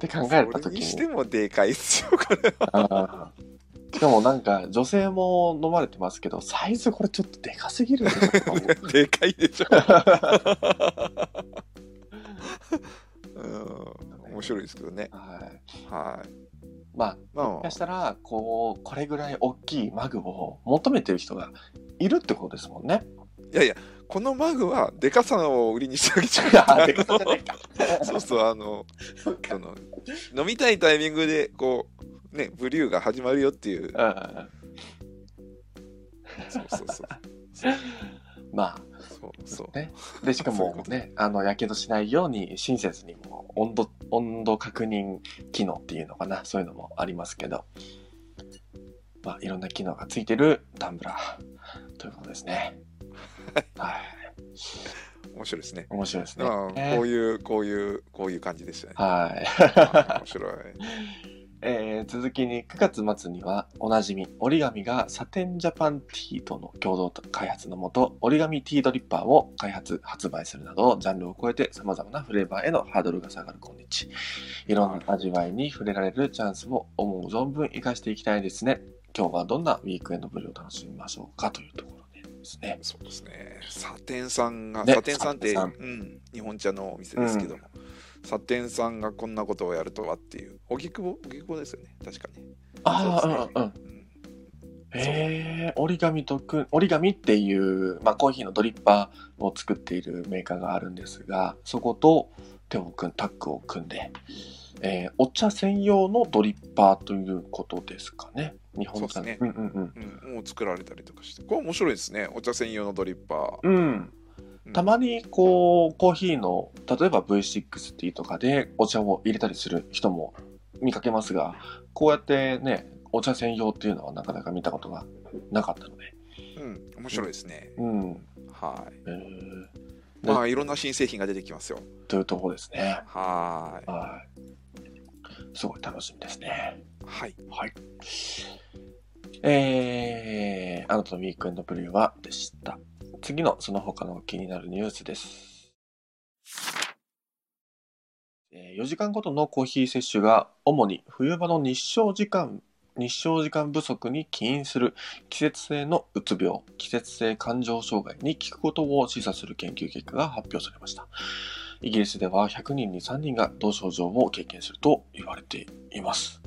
A: て考えた時に
B: それにしてもでかいっすよ、これは。
A: あーしかもなんか、女性も飲まれてますけど、サイズこれちょっとでかすぎるんじゃないかと思う
B: でかいでしょ。うん、面白いですけどね。
A: はい。
B: はい。
A: まあ、
B: まあ
A: も
B: ま
A: しかしたらこうこれぐらい大きいマグを求めてる人がいるってことですもんね。
B: あ、いやいや、このマグはでかさを売りにしてあげちゃ う
A: あーでかさじゃないか。
B: そうそう、あの、
A: そっ
B: その飲みたいタイミングでこうねブリューが始まるよっていう
A: か
B: そうそうそう
A: うんまあ
B: そうそう
A: ね。でしか
B: そういう
A: も
B: こと
A: ねあのやけどしないように親切にも温度温度確認機能っていうのかなそういうのもありますけど、まあいろんな機能がついてるタンブラーということです ね。はい
B: 面白いですね
A: 面白いですね。
B: ああこういうこういうこういう感じで したね
A: はい。
B: 面白い
A: えー続きに9月末にはおなじみ折り紙がサテンジャパンティーとの共同開発のもと折り紙ティードリッパーを開発発売するなどジャンルを超えてさまざまなフレーバーへのハードルが下がる今日いろんな味わいに触れられるチャンスを思う存分生かしていきたいですね今日はどんなウィークエンドぶりを楽しみましょうかというところですね
B: そうですねサテンさんが、
A: ね
B: サテンさんって
A: サテン
B: うん、日本茶のお店ですけども、サテンさんがこんなことをやるとはっていう荻窪荻窪ですよね確かに
A: ああ
B: そう
A: う,、
B: ですね
A: んうん
B: うん
A: えー、折り紙とく折り紙っていう、まあ、コーヒーのドリッパーを作っているメーカーがあるんですがそこと手を組んタッグを組んで、えーお茶専用のドリッパーということですかね日本
B: そ
A: 茶
B: うです
A: う
B: ね
A: んうん
B: うん、もう作られたりとかしてこれ面白いですねお茶専用のドリッパ
A: うんうん
B: ー
A: たまにこうコーヒーの例えば V6T とかでお茶を入れたりする人も見かけますがこうやってねお茶専用っていうのはなかなか見たことがなかったので
B: うん、うん面白いですね、
A: うん
B: はい
A: えー
B: まあいろんな新製品が出てきますよ。
A: というところですね。
B: はーい。
A: はい。すごい楽しみですね。
B: はい。
A: はい。えー、あなたのウィークエンドプリューはでした。次のその他の気になるニュースです。えー4時間ごとのコーヒー摂取が主に冬場の日照時間日照時間不足に起因する季節性のうつ病季節性感情障害に効くことを示唆する研究結果が発表されましたイギリスでは100人に3人が同症状を経験すると言われています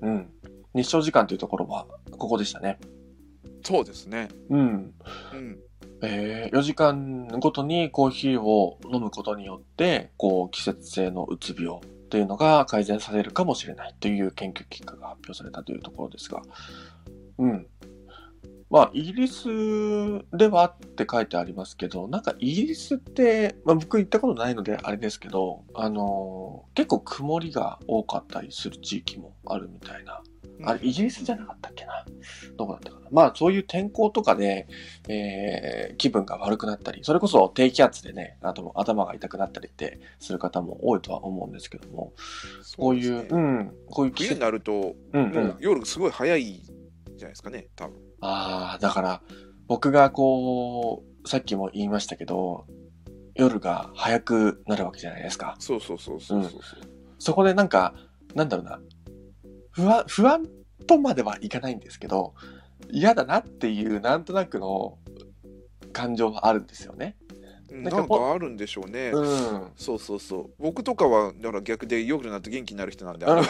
A: うん日照時間というところはここでしたね
B: そうですね。
A: うん
B: うん。
A: えー4時間ごとにコーヒーを飲むことによって、こう、季節性のうつ病というのが改善されるかもしれないという研究結果が発表されたというところですが、うん。まあ、イギリスではって書いてありますけど、なんかイギリスって、まあ僕行ったことないのであれですけど、あのー結構曇りが多かったりする地域もあるみたいなあれ、イギリスじゃなかったっけなどこだったかなまあ、そういう天候とかで、えー気分が悪くなったり、それこそ低気圧でね、あと頭が痛くなったりってする方も多いとは思うんですけども、こういう、
B: そです
A: う
B: ね
A: ん、こういう季
B: 冬に
A: 節、
B: なると、
A: うんう。
B: もうん夜すごい早いじゃないですかね、多分。
A: ああ、だから、僕がこう、さっきも言いましたけど、夜が早くなるわけじゃないですか。
B: そうそうそうそうそうそう。
A: そこでなんか、なんだろうな、不安、不安とまではいかないんですけど、嫌だなっていう、なんとなくの感情はあるんですよね。んか
B: なんかあるんでしょうね、
A: うん。
B: そうそうそう僕とかはだから逆で夜になって元気になる人なんであ れ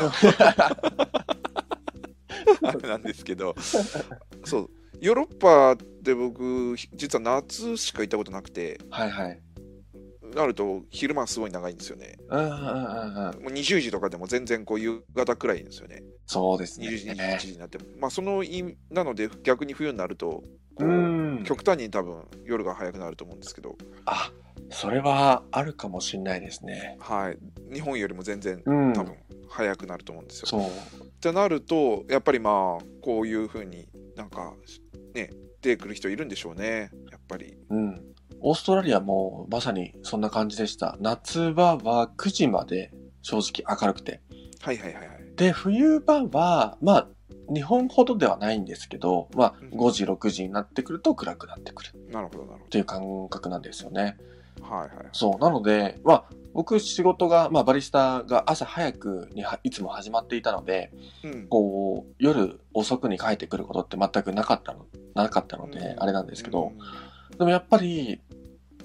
B: あれなんですけどそうヨーロッパって僕実は夏しか行ったことなくて
A: はいはい。
B: なると昼間すごい長いんですよね
A: うんうんうんうん。
B: もう20時とかでも全然こう夕方くらいですよね
A: そうですね。
B: 20時21時になっても、まあその意味なので逆に冬になるとこ
A: う。
B: うん極端に多分夜が早くなると思うんですけど
A: あ、それはあるかもしれないですね。
B: はい日本よりも全然
A: うん。
B: 多分早くなると思うんですよ、
A: そう。
B: ってなるとやっぱりまあこういうふうになんかね出てくる人いるんでしょうねやっぱり
A: うん。オーストラリアもまさにそんな感じでした。夏場は9時まで正直明るくて。
B: はいはいはいはい
A: で、冬場は、まあ、日本ほどではないんですけど、まあ、5時、6時になってくると暗くなってくるっ
B: なるほどなるほ
A: ていう感覚なんですよね。
B: どはいはいはい
A: そう。なので、まあ、僕仕事が、まあ、バリスタが朝早くにはいつも始まっていたので、
B: うん
A: こう、夜遅くに帰ってくることって全くなかったの、なかったので、
B: うん
A: あれなんですけど、
B: うん
A: でもやっぱり、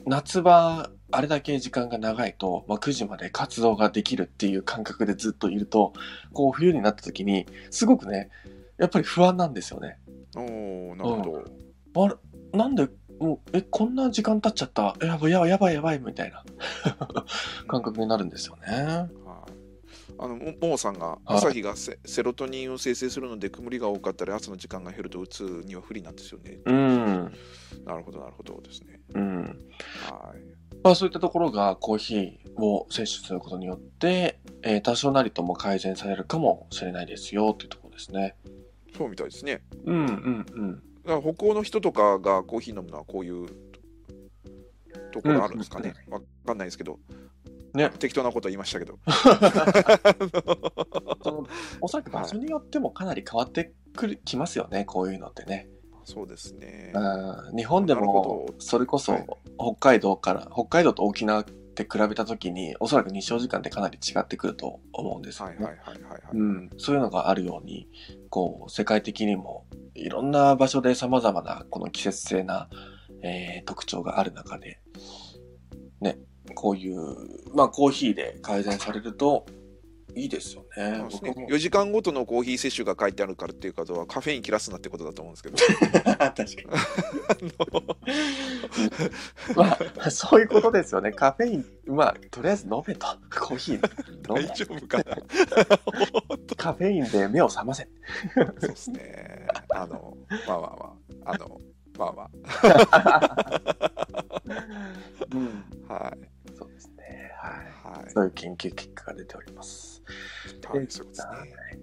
A: 夏場、あれだけ時間が長いと、まあ、9時まで活動ができるっていう感覚でずっといると、こう、冬になった時に、すごくね、やっぱり不安なんですよね。
B: おおなるほど、
A: あれ、なんで、もう、え、こんな時間経っちゃった。えやばい、やばい、やばい、やばい、みたいな感覚になるんですよね。
B: はいあのもももさんが朝日がセセロトニンを生成するので曇りが多かったり朝の時間が減るとうつには不利なんですよね。
A: うん。
B: なるほどなるほどですね。
A: うん。
B: はい
A: まあそういったところがコーヒーを摂取することによって、えー多少なりとも改善されるかもしれないですよっていうところですね。
B: そうみたいですね。
A: うんうんうん。
B: だから北欧の人とかがコーヒー飲むのはこういうところあるんですかね。わかんないですけど。
A: ね
B: 適当なことは言いましたけど。
A: そのおそらく場所によってもかなり変わってくる、きますよね、こういうのってね。
B: そうですね。
A: うん、日本で
B: なるほ
A: も
B: ど
A: それこそ
B: はい
A: 北海道から、北海道と沖縄って比べたときに、おそらく日照時間ってかなり違ってくると思うんですよ
B: はい
A: ね。
B: はいはいはいはい。
A: うん、そういうのがあるようにこう世界的にもいろんな場所でさまざまなこの季節性な、えー特徴がある中で、ね、こういう、まあ、コーヒーで改善されるといいですよね。
B: そうですね
A: 僕も
B: 4時間ごとのコーヒー摂取が書いてあるからっていうことはカフェイン切らすなってことだと思うんです けど
A: 確かに、まあ、そういうことですよねカフェイン、まあ、とりあえず飲めとコーヒー
B: 大
A: 飲め
B: 丈夫かな
A: カフェインで目を覚ませ
B: そうですね。あの、まあまあまあ、あの、まあま
A: うん、
B: あ、はい、
A: そうですね、はい、
B: はい、
A: そういう研究結果が出ております。
B: はい、そうですね。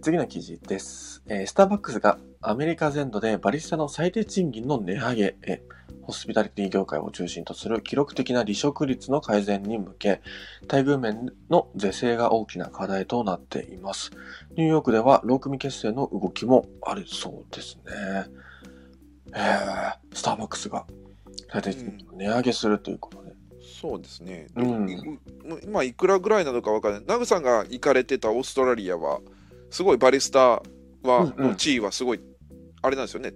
A: 次の記事です、えースターバックスがアメリカ全土でバリスタの最低賃金の値上げへホスピタリティ業界を中心とする記録的な離職率の改善に向け待遇面の是正が大きな課題となっていますニューヨークでは労組結成の動きもあるそうですねえースターバックスが最低賃金を値上げするということで、
B: そうですね。
A: うん
B: いいまあ、いくらぐらいなのかわからない。ナグさんが行かれてたオーストラリアは、すごいバリスタは、
A: うんうん
B: の地位はすごい、あれなんですよね。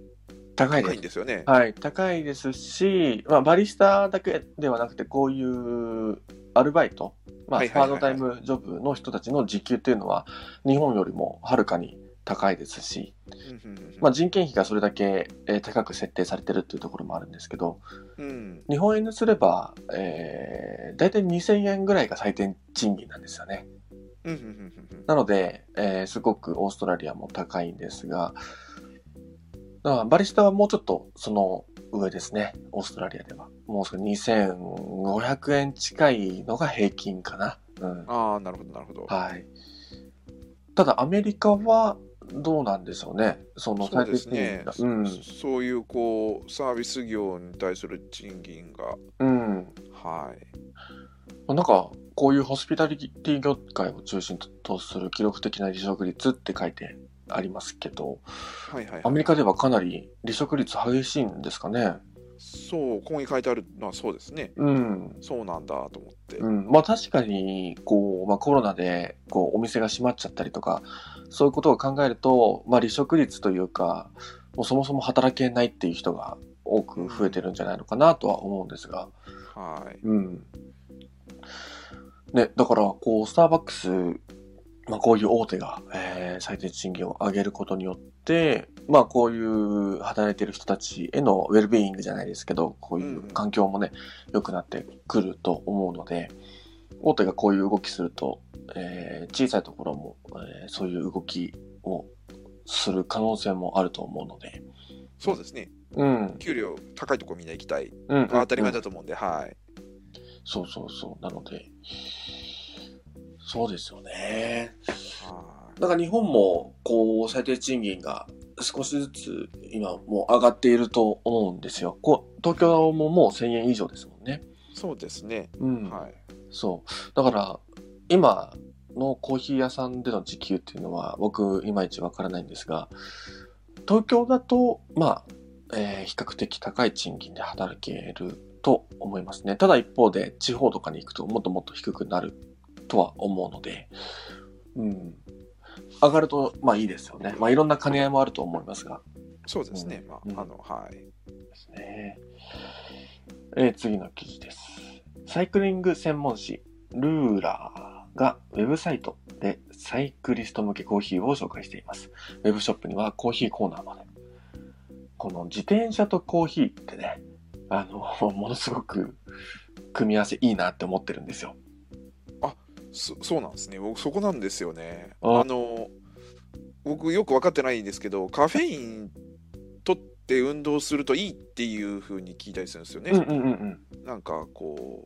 A: 高いで
B: 高
A: す
B: いんですよね。
A: はい、高いですし、まあ、バリスタだけではなくて、こういうアルバイト、まあ、
B: はいはい
A: パ
B: は
A: ー
B: い
A: ト
B: は
A: タイ
B: い
A: ムジョブの人たちの時給っていうのは、日本よりもはるかに高いですし、
B: うんうんうん
A: まあ、人件費がそれだけ、えー高く設定されてるっていうところもあるんですけど、
B: うん。
A: 日本円にすれば、えー、大体2000円ぐらいが最低賃金なんですよね。
B: うんうんうんうん
A: なので、えーすごくオーストラリアも高いんですが、だからバリスタはもうちょっとその上ですね、オーストラリアでは。もうすぐ2500円近いのが平均かな。うん、
B: ああ、なるほど、なるほど。
A: はい。ただアメリカはどうなんでしょうね。その
B: そうですね
A: 最低。賃
B: そそういうこうサービス業に対する賃金が、
A: 金がうん。うん。
B: はい、
A: なんか、こういうホスピタリティ業界を中心とする記録的な離職率って書いてありますけど、
B: はいはいはい。
A: アメリカではかなり離職率激しいんですかね。
B: そう、ここに書いてあるのはそうですね。
A: うん。
B: そうなんだと思って。
A: うん、まあ確かに、こう、まあコロナで、こう、お店が閉まっちゃったりとか、そういうことを考えると、まあ離職率というか、もうそもそも働けないっていう人が多く増えてるんじゃないのかなとは思うんですが、
B: はい
A: うん。ね、だから、こう、スターバックス、まあ、こういう大手が、えー最低賃金を上げることによって、まあ、こういう働いてる人たちへのウェルビーイングじゃないですけど、こうい
B: んう
A: うん環境もね、良くなってくると思うので、大手がこういう動きすると、えー小さいところも、えーそういう動きをする可能性もあると思うので、
B: そうですね
A: うん。
B: 給料高いとこみんな行きたい
A: うん、
B: 当たり前だと思うんで、はい
A: そうそうそう。なので、そうですよね。
B: はい
A: なんか日本も、こう、最低賃金が少しずつ今もう上がっていると思うんですよ。こう東京ももう1000円以上ですもんね。
B: そうですね、
A: うん。
B: はい
A: そう。だから、今のコーヒー屋さんでの時給っていうのは、僕、いまいちわからないんですが、東京だと、まあ、えー比較的高い賃金で働けると思いますね。ただ一方で、地方とかに行くともっともっと低くなるとは思うので、うん。上がると、まあいいですよね。まあいろんな兼ね合いもあると思いますが。
B: そうですね、まあ、
A: うん
B: あのはい
A: ですね。えー次の記事です。サイクリング専門誌、ルーラーがウェブサイトでサイクリスト向けコーヒーを紹介しています。ウェブショップにはコーヒーコーナーまで。この自転車とコーヒーってね、あの、ものすごく組み合わせいいなって思ってるんですよ。
B: そそうなんですね僕そこなんですよね
A: あ
B: あの僕よく分かってないんですけどカフェイン取って運動するといいっていう風に聞いたりするんですよ
A: うん
B: ね、
A: うんうんうん。
B: なんかこ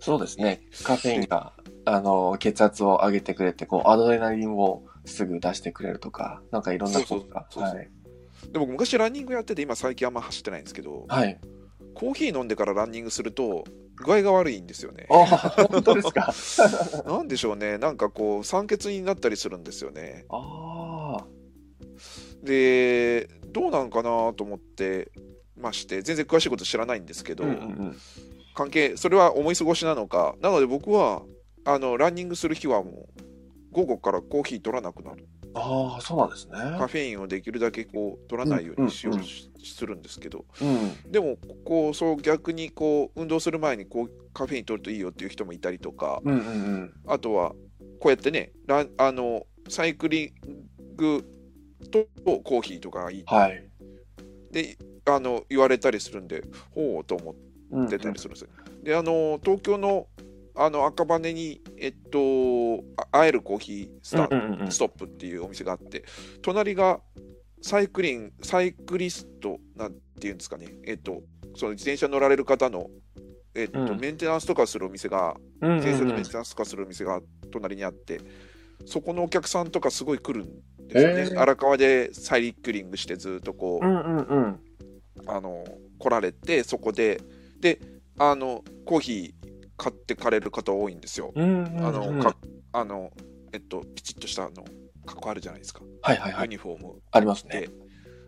A: そうですね。カフェインが、あの、血圧を上げてくれて、こう、アドレナリンをすぐ出してくれるとか、なんかいろんなことが。
B: そうそうそうそう
A: はい。
B: うで僕昔ランニングやってて今最近あんま走ってないんですけど
A: はい。
B: コーヒー飲んでからランニングすると具合が悪いんですよね
A: あ、本当ですか。
B: なんでしょうねなんかこう酸欠になったりするんですよね
A: ああ、
B: でどうなんかなと思ってまして全然詳しいこと知らないんですけど、
A: うんうん
B: 関係それは思い過ごしなのかなので僕はあのランニングする日はもう午後からコーヒー取らなくなる
A: ああ、そうなんですね。
B: カフェインをできるだけこう取らないようにしよ
A: うんう
B: うんしするんですけど
A: うん。
B: でもこうそう逆にこう運動する前にこうカフェイン取るといいよっていう人もいたりとか
A: うんうん
B: あとはこうやってねランあのサイクリングとコーヒーとかがいいっ
A: うん。はい。
B: てあの言われたりするんでほうと思って
A: うん
B: 出たりするんですよ。であの東京のあの赤羽に、えっと、あ会えるコーヒースタ
A: うんうんうん
B: ストップっていうお店があって隣がサイクリンサイクリストなんていうんですかね、えっと、その自転車乗られる方の、えっと
A: うん
B: メンテナンスとかするお店が
A: うんうん
B: 自転車
A: う
B: の
A: ん
B: メンテナンスとかするお店が隣にあってそこのお客さんとかすごい来るんですよね、
A: へー
B: 荒川でサイクリングしてずっとこう、
A: うんうんうん。
B: あの来られてそこでであのコーヒー買ってかれる方多いんですよ。
A: うんうんうん。
B: あのかあのえっとピチッとしたあの格好あるじゃないですか
A: はいはいは
B: ユ
A: い。
B: ニフォーム
A: ありますね
B: で。、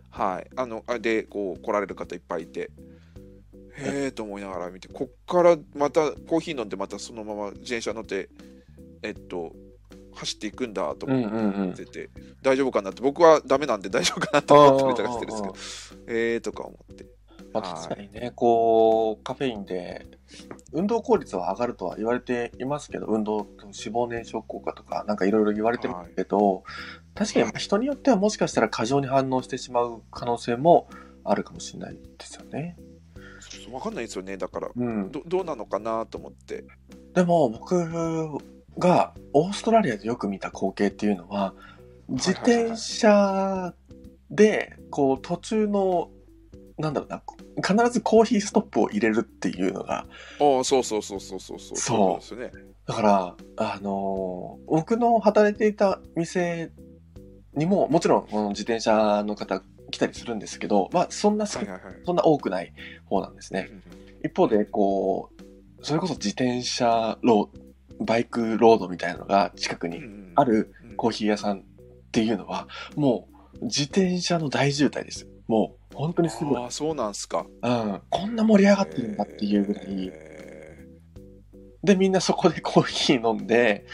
B: はいあのあでこう来られる方いっぱいいて。へえと思いながら見てこっからまたコーヒー飲んでまたそのまま自転車乗ってえっと走っていくんだと
A: うん
B: 思
A: うんうん
B: っ。てて、大丈夫かなって僕はダメなんで大丈夫かなと思ってみたりしてるんですけどええーとか思って
A: まあ
B: はい
A: 確かにね、こう、カフェインで、運動効率は上がるとは言われていますけど、運動と脂肪燃焼効果とか、なんかいろいろ言われてるけど、確かにまあ人によってはもしかしたら過剰に反応してしまう可能性もあるかもしれないですよね。
B: 分かんないですよねだから
A: うん。
B: どどうなのかなと思って
A: でも僕がオーストラリアでよく見た光景っていうのは、自転車で、こう途中の、なんだろうな、必ずコーヒーストップを入れるっていうのが、
B: ああそうそうそうそうそうそう
A: そう
B: そうですよね
A: だから、あのー僕の働いていた店にも、もちろん、この自転車の方来たりするんですけど、まあ、そんな少、
B: はいはいはい
A: そんな多くない方なんですね。一方で、こう、それこそ自転車ロード、バイクロードみたいなのが近く
B: うんう
A: に
B: ん
A: ある
B: うん
A: コーヒー屋さんっていうのは、もう、自転車の大渋滞ですよ。もう、本当にすごい。
B: ああそうなんすか
A: うん。こんな盛り上がってるんだっていうぐらい。
B: え
A: で、みんなそこで コーヒー飲んで、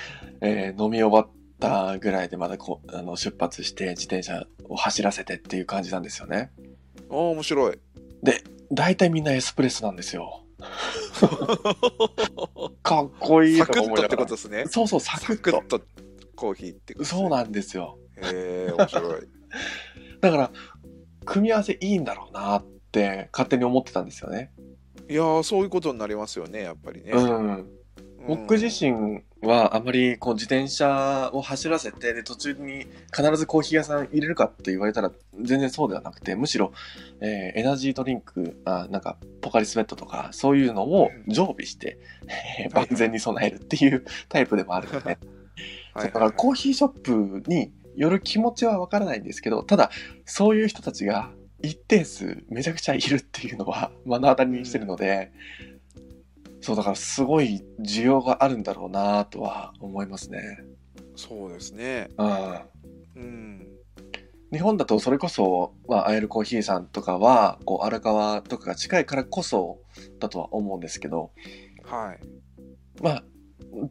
A: えー飲み終わったぐらいでまたこうあの出発して自転車を走らせてっていう感じなんですよね。
B: ーああ面白い
A: 大体みんなエスプレッソなんですよ。かっこいい
B: サ
A: と
B: ク
A: か
B: ッ
A: 思い
B: とっ
A: な
B: て
A: が
B: こ
A: ら
B: とですね
A: そうそうサク
B: サ
A: ッ
B: ク
A: と
B: ッとコーヒーってことですね
A: そうなんですよ
B: へえ面白い
A: だから組み合わせいいんだろうなって勝手に思ってたんですよね
B: いやーそういうことになりますよねやっぱりね、
A: うん僕自身はあまりこう自転車を走らせてで途中に必ずコーヒー屋さん入れるかって言われたら全然そうではなくてむしろ、えーエナジードリンクあなんかポカリスエットとかそういうのを常備して、えー万全に備えるっていうタイプでもあるので、
B: はいはいはい
A: だからコーヒーショップによる気持ちはわからないんですけどただそういう人たちが一定数めちゃくちゃいるっていうのは目の当たりにしてるので、そうだからすごい需要があるんだろうなとは思いますね。
B: そうですね
A: うん
B: うん
A: 日本だとそれこそ、まあ、アイルコーヒーさんとかはこう荒川とかが近いからこそだとは思うんですけど
B: はい
A: まあ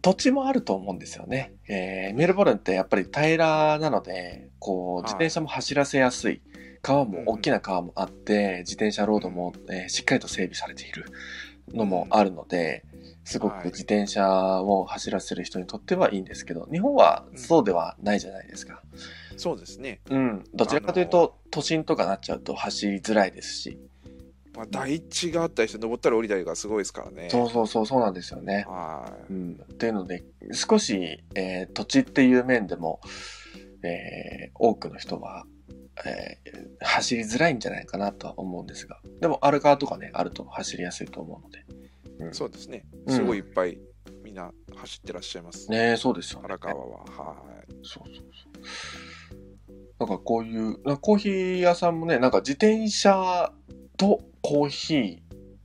A: 土地もあると思うんですよね、えーメルボルンってやっぱり平らなのでこう
B: はい
A: 自転車も走らせやすい、川も大きな川もあって自転車ロードも、えーしっかりと整備されているのもあるので、すご
B: は
A: く
B: い
A: 自転車を走らせる人にとってはいいんですけど日本はそうではないじゃないですか。
B: そうですね
A: うん、どちらかという
B: あ
A: と都心とかなっちゃうと走りづらいですし、
B: まあ、台地があったりして登ったり降りたりがすごいですからね。
A: そうそうそうそうなんですよね。
B: は
A: うん、っていうので少し、えー土地っていう面でも、えー多くの人は、えー走りづらいんじゃないかなとは思うんですがでもアルカーとかねあると走りやすいと思うので
B: い、そうですね。
A: うん
B: すごいいっぱいみんな走ってらっしゃいます。
A: ねえそうですよね
B: 荒川は、はい。
A: そうそうそうなんかこういうなんかコーヒー屋さんもねなんか自転車とコーヒー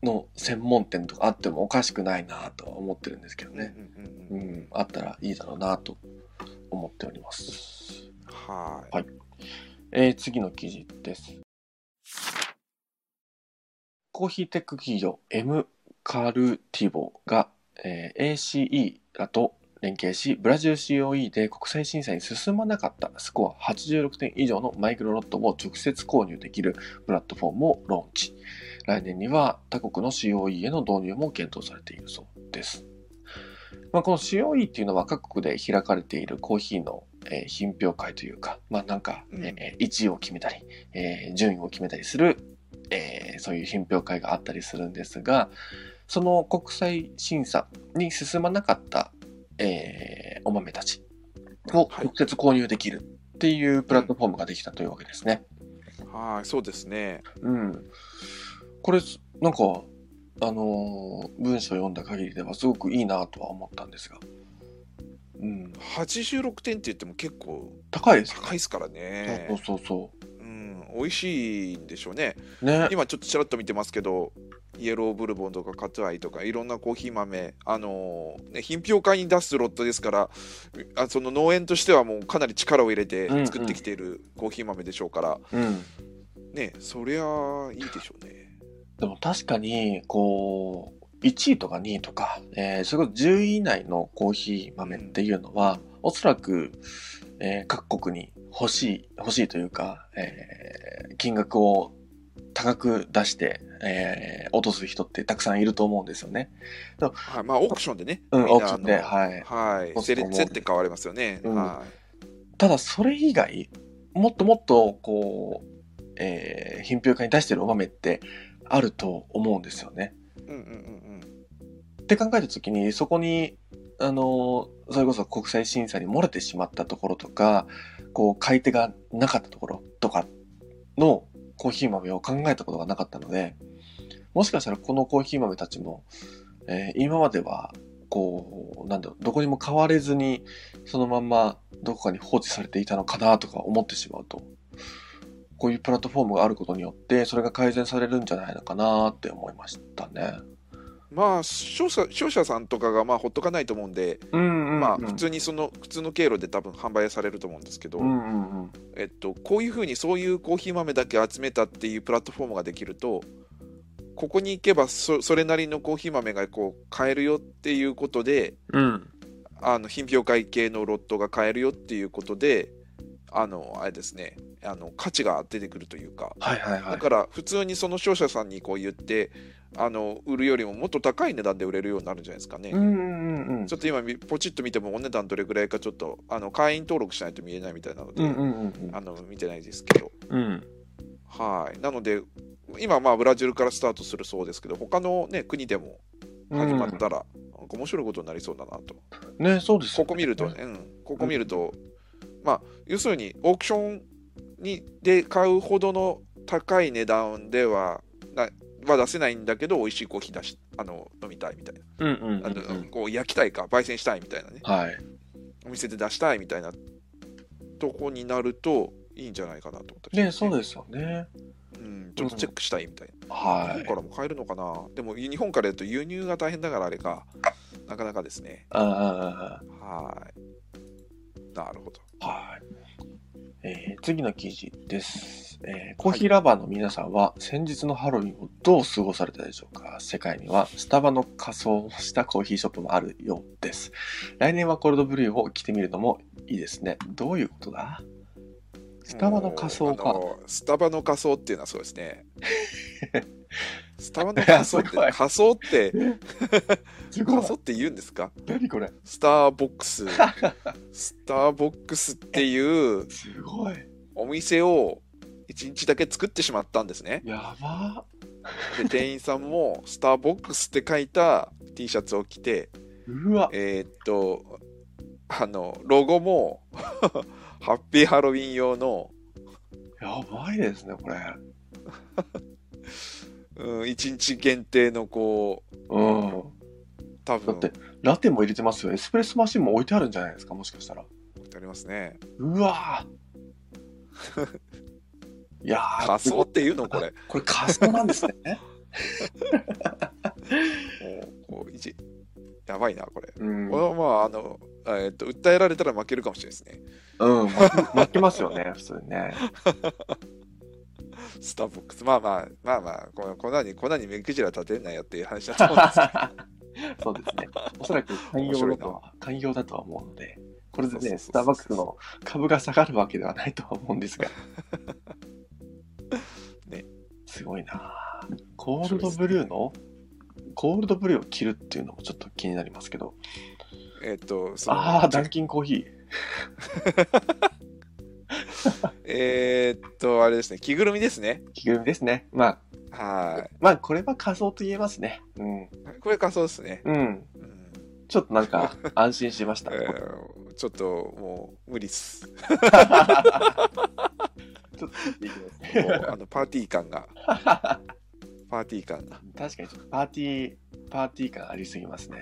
A: の専門店とかあってもおかしくないなとは思ってるんですけどね、
B: うんうんう
A: うんん、あったらいいだろうなと思っております
B: はい。
A: えー次の記事です。コーヒーテック企業 M カルティボが、えー ACE らと連携し、ブラジル COE で国際審査に進まなかったスコア86点以上のマイクロロットを直接購入できるプラットフォームをローンチ。来年には他国の COE への導入も検討されているそうです。まあ、この COE っていうのは各国で開かれているコーヒーの、えー品評会というか、まあ、なんか、
B: うん
A: えー1位を決めたり、えー順位を決めたりする、えーそういう品評会があったりするんですがその国際審査に進まなかった、えーお豆たちを
B: はい
A: 直接購入できるっていうプラットフォームができたというわけですね。
B: はい、そうですね。
A: うん、これなんかあのー文章を読んだ限りではすごくいいなとは思ったんですが、うん、
B: 86点って言っても結構
A: 高いですよ
B: 高いですからね
A: ね。そう。そうそ
B: うん、美味しいんでしょうね。
A: うね
B: 今ちょっとちらっと見てますけど、イエローブルボンとかカトゥアイとかいろんなコーヒー豆、あのーね、品評会に出すロットですからあその農園としてはもうかなり力を入れて
A: うんうん
B: 作ってきているコーヒー豆でしょうから、
A: うん
B: ねそりゃいいでしょうね。
A: でも確かにこう1位とか2位とか、えー、それこそ10位以内のコーヒー豆っていうのは、おそらく、えー各国に欲しい欲しいというか、えー金額を高く出して、えー落とす人ってたくさんいると思うんですよね。
B: はい、まあオークションでね、
A: うん、
B: みん
A: オー
B: な
A: クションで、
B: あの
A: はい。
B: はい、セレッセって買われますよね。
A: うん
B: はい
A: ただそれ以外もっともっとこう、えー品評会に出してるお豆ってあると思うんですよね。
B: うんうんうん
A: って考えた時にそこにあのそれこそ国際審査に漏れてしまったところとかこう買い手がなかったところとかのコーヒー豆を考えたことがなかったのでもしかしたらこのコーヒー豆たちも、えー今まではこうなんだろうどこにも買われずにそのまんまどこかに放置されていたのかなとか思ってしまうとこういうプラットフォームがあることによってそれが改善されるんじゃないのかなって思いましたね。
B: うん、まあ商社商社さんとかがまあほっとかないと思うんで、
A: うん
B: まあ普通にその普通の経路で多分販売されると思うんですけど、
A: うんうんうん、
B: えっと、こういうふうにそういうコーヒー豆だけ集めたっていうプラットフォームができるとここに行けばそそれなりのコーヒー豆がこう買えるよっていうことで
A: うん、
B: あの品評会系のロットが買えるよっていうことであのあれですねあの価値が出てくるというか
A: はいはいは
B: だ
A: い。
B: から普通にその商社さんにこう言ってあの売るよりももっと高い値段で売れるようになるんじゃないですかね。
A: うんうんうんうん
B: ちょっと今みポチッと見てもお値段どれぐらいかちょっとあの会員登録しないと見えないみたいなので、
A: うんうんうん
B: あの見てないですけど
A: うんうん
B: はいなので今まあブラジルからスタートするそうですけど他のね国でも始まったら、なんか面白いことになりそうだなと
A: ねそうですよ
B: ここ見るとね、うん、ここ見ると、まあ要するにオークションにで買うほどの高い値段ではなは出せないんだけど美味しいコーヒー出しあの飲みたいみたいな
A: うんうんう
B: あ
A: んう
B: の、
A: ん
B: こう焼きたいか焙煎したいみたいなね
A: はい
B: お店で出したいみたいなとこになるといいんじゃないかなと思ったり
A: ねそう
B: で
A: ですよね
B: す、うん、ちょっとチェックしたいみたいな、
A: は
B: 日
A: い
B: 本からも買えるのかなでも日本からやると輸入が大変だからあれかなかなかですね
A: あ
B: はいなるほど
A: あはいえー次の記事です、えーコーヒーラバーの皆さんは先日のハロウィンをどう過ごされたでしょうか世界にはスタバの仮装をしたコーヒーショップもあるようです来年はコールドブリューを着てみるのもいいですねどういうことだスタバの仮装か
B: あのスタバの仮装っていうのはそうで すねスタバの仮装っ
A: す
B: て
A: ごい
B: 仮装って
A: すごい
B: 仮装って言うんですか
A: 何これ
B: スターボックススターボックスってい う
A: すごい
B: お店を1日だけ作ってしまったんですね
A: やば
B: で店員さんもスターボックスって書いた T シャツを着て
A: うわ
B: えーっとあのロゴも ハッピーハロウィン用の、
A: やばいですねこれ
B: うん、1日限定のこう
A: うん
B: 多
A: だ
B: 分
A: ってラテも入れてますよエスプレッソマシンも置いてあるんじゃないですかもしかしたら
B: ありますね
A: うわ ーいやー
B: 仮装っていう のこれ
A: これ仮想なんですね
B: もうこう一やばいなこれ、
A: うん、
B: これはまああのえーっと訴えられたら負けるかもしれないですね
A: うん、負けますよ ね普通にね
B: スターボックスまあまあまあまあここんなにこんなに目くじら立てんなよっていう話だと 思うんですけど
A: そうですねおそらく寛容だとは寛容だとは思うのでこれで
B: そうそうそうそう
A: ねスターバックスの株が下がるわけではないとは思うんですが
B: ね
A: すごいなぁコールドブルーのコールドブルーを切るっていうのもちょっと気になりますけど
B: えっと、その
A: ああーダンキンコーヒー
B: えーっと、あれですね、着ぐるみですね。
A: 着ぐるみですねまあ
B: は
A: まあこれは仮想と言えますねうん
B: い。これ仮装ですね。
A: うん
B: うん
A: ちょっとなん か安心しました、
B: えーちょっともう無理 っす。も
A: ちょっとついていきます ね
B: うあのパーティー 感が、パーティー感が。
A: 確かにちょっとパーティーパーティー感ありすぎます ね、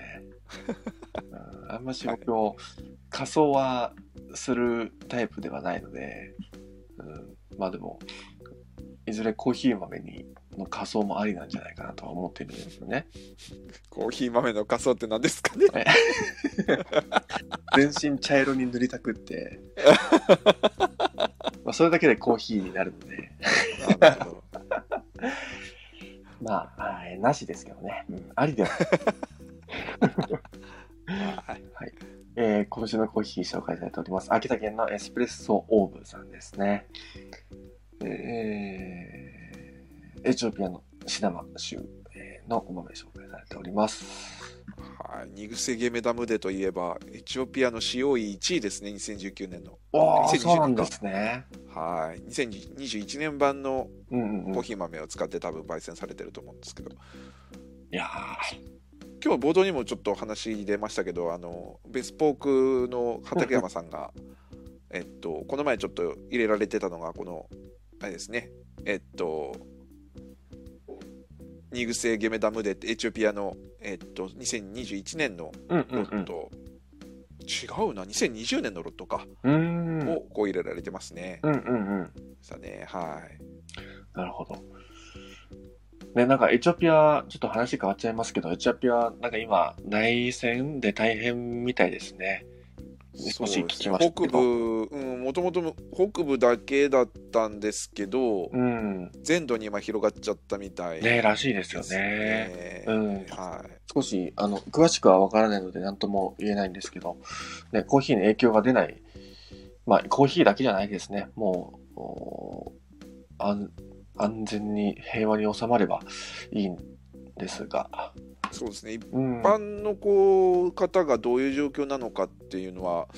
A: うんあんまし僕も仮装はするタイプではないので、うん、まあでもいずれコーヒー豆にの仮装もありなんじゃないかなとは思ってるんですよね
B: コーヒー豆の仮装って何ですかね。
A: 全身茶色に塗りたくって まあそれだけでコーヒーになるので
B: なるほど
A: まあ、あーなしですけどね、うん、ありでは
B: はい
A: えー今週のコーヒー紹介されております。秋田県のエスプレッソオーブさんですね。えーエチオピアのシナマ州えーのお豆紹介されております。
B: はい。ニグセゲメダムデといえば、エチオピアの使用位1位ですね、2019年の。
A: お
B: 2020
A: ー、
B: 年
A: そうなんですね。
B: はい。2021年版の
A: うんうんう
B: コー
A: ん。い
B: ヒー豆を使って多分焙煎されてると思うんですけど。
A: や
B: 今日冒頭にもちょっと話出ましたけどあのベスポークの畠山さんがえっとこの前ちょっと入れられてたのがこのあれですねえっとニグセゲメダムデってエチオピアのえっと2021年の
A: ー、うんう
B: ロ
A: ん
B: ット、違うな2020年のロットか、
A: うん。うーん。
B: をこう入れられてますね、
A: うんうんうん。
B: したねはい
A: なるほど。ね、なんかエチオピア、ちょっと話変わっちゃいますけど、エチオピア、なんか今、内戦で大変みたいですね。少し聞きました
B: 北
A: けど。
B: 部、うん、もともと北部だけだったんですけど、
A: うん。
B: 全土に今広がっちゃったみたい
A: ね、
B: で
A: らしいですよ
B: す
A: ね。
B: ね
A: うん
B: はい。
A: 少しあの詳しくは分からないので何とも言えないんですけど、ね、コーヒーに影響が出ない、まあ、コーヒーだけじゃないですねもうおー安安全に平和に収まればいいですが、
B: そうですね一
A: うん、
B: 般のこう方がどういう状況なのかっていうのは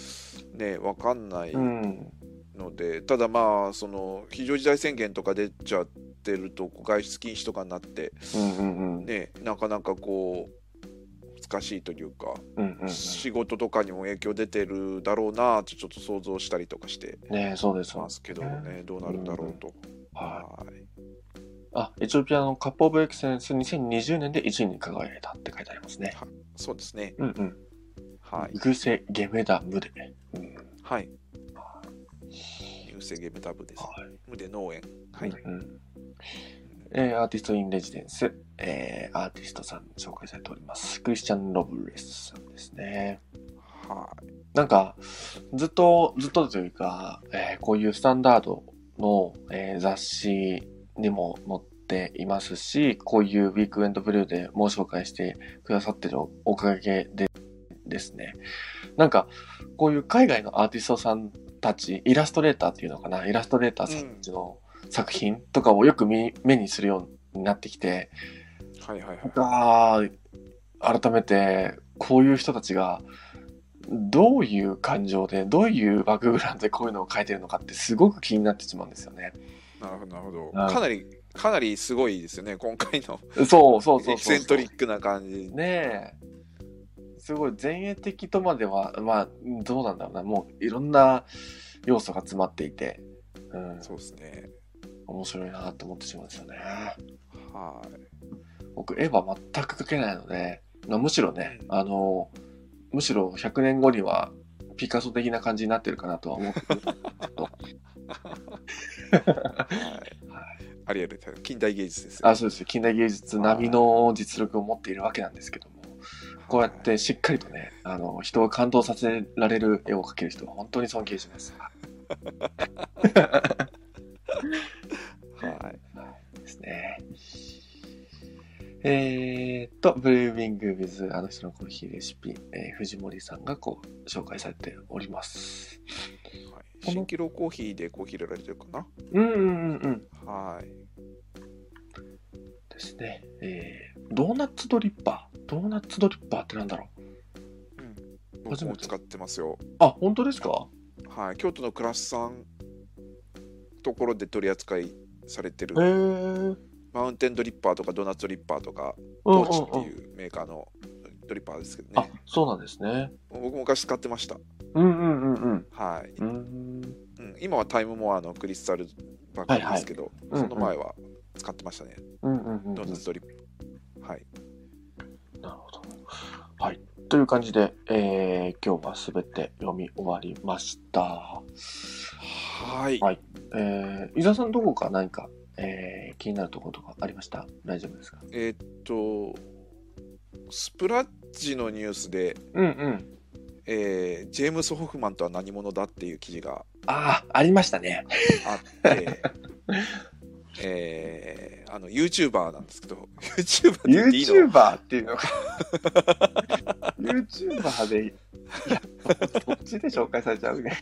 B: ね分かんない
A: うん、
B: ので、ただまあその非常事態宣言とか出ちゃってるとこう外出禁止とかになって
A: うんうんうん、
B: ねなかなかこう難しいというか、
A: うんうんうん、
B: 仕事とかにも影響出てるだろうなってちょっと想像したりとかして
A: ねそうです
B: ますけどねどうなるんだろうと。
A: は
B: はい
A: い、あエチオピアのカップ・オブ・エクセレンス2020年で1位に輝いたって書いてありますね
B: そうですね。
A: うんうん、
B: はい。
A: グセ・ゲメダ・ムデ、うん
B: はい。優勢ゲームタブです。
A: はい
B: 無で農園。はい。
A: うんえーアーティスト・イン・レジデンス、えーアーティストさん紹介されておりますクリスチャン・ロブレスさんですね
B: は
A: なんかずっとずっとというか、えーこういうスタンダードの、えー雑誌にも載っていますしこういうウィークエンドブルーでもう紹介してくださってるおかげでですねなんかこういう海外のアーティストさんたちイラストレーターっていうのかなイラストレーターさんたちの作品とかをよく見目にするようになってきて、
B: い。はいはいはい。
A: あー改めてこういう人たちがどういう感情でどういうバックグラウンドでこういうのを書いてるのかってすごく気になってしまうんですよね。
B: なるほどなるほど。
A: はい
B: かなりかなりすごいですよね。今回の
A: そうそうそうそう
B: エキセントリックな感じ。
A: ねえすごい前衛的とまではまあどうなんだろうなもういろんな要素が詰まっていて、うん、
B: そうですね。
A: 面白いなと思ってしまうんですよね。
B: は
A: 僕絵は全く描けないので、まあ、むしろね、
B: うん
A: あのむしろ100年後にはピカソ的な感じになってるかなとは思っ てる
B: い。はい。ありがとうございます。近代芸術ですよ。
A: あそうです近代芸術並みの実力を持っているわけなんですけどもこうやってしっかりとねあの人を感動させられる絵を描ける人は本当に尊敬します。
B: はい。はい。
A: ですね。えーっと、ブルーミング・ウィズ・あの人のコーヒーレシピ、えー藤森さんがこう紹介されております。この
B: 新キロコーヒーでコーヒー入れられてるかな。
A: うんうんうんうん。
B: はい。
A: ですね。えードーナツドリッパー。ドーナツドリッパーってなんだろう。初め
B: 僕も
A: て
B: 使ってますよ。
A: あ、本当ですか
B: はい。京都のクラスさんところで取り扱いされてる
A: へー。
B: マウンテンドリッパーとかドーナツドリッパーとか
A: うんうん
B: トーチって
A: うん。
B: いうメーカーのドリッパーですけど
A: あ
B: ね、
A: そうなんですね。
B: 僕も昔使ってました、
A: うんうんうんうん。
B: はい
A: うん。
B: うん今はタイムモアのクリスタルバッグですけど、
A: はい
B: その前は使ってましたね、
A: うんうんうんうん。
B: ドーナツドリップ、はい
A: なるほど。はい。という感じで、えー今日はすべて読み終わりました。
B: はい、
A: はいえー、伊沢さん、どこか何か、えー気になるところとかありました大丈夫ですか
B: えーっとスプラッチのニュースで、
A: うんうん。
B: えージェームス・ホフマンとは何者だっていう記事が
A: ああ、ありましたね。
B: あ って、えー、あの YouTuber なんですけど YouTuber って言っていいの
A: YouTuber っていうの が YouTuber でいやそっちで紹介されちゃうね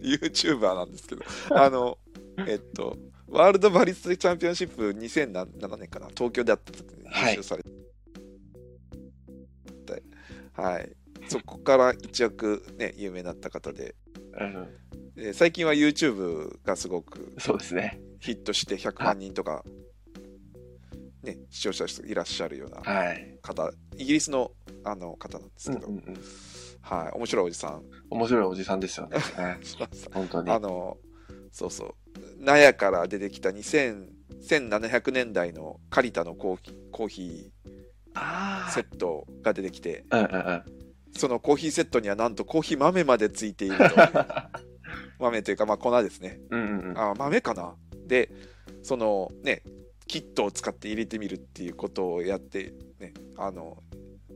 B: ユーチューバーなんですけど、 あの、えっと、ワールドバリスタチャンピオンシップ2007年かな、東京であった時に
A: はい
B: 優勝されて、はい、そこから一躍ね、有名になった方で、
A: うん
B: で最近は YouTube がすごく
A: そうですね
B: ヒットして100万人とか、ね、視聴者いらっしゃるような
A: はい、
B: 方、イギリスのあの方なんです
A: うん
B: け
A: うん
B: ど、
A: うん、
B: はい、面白いおじさん。
A: 面白いおじさんですよね本当に
B: あのそうそう納屋から出てきた2000 1700年代のカリタのコーヒーコーヒー
A: あ
B: セットが出てきて
A: あうんうんうん
B: そのコーヒーセットにはなんとコーヒー豆までついている と豆というかまあ粉ですね
A: うんうんうん
B: あ豆かなでそのねキットを使って入れてみるっていうことをやってねあの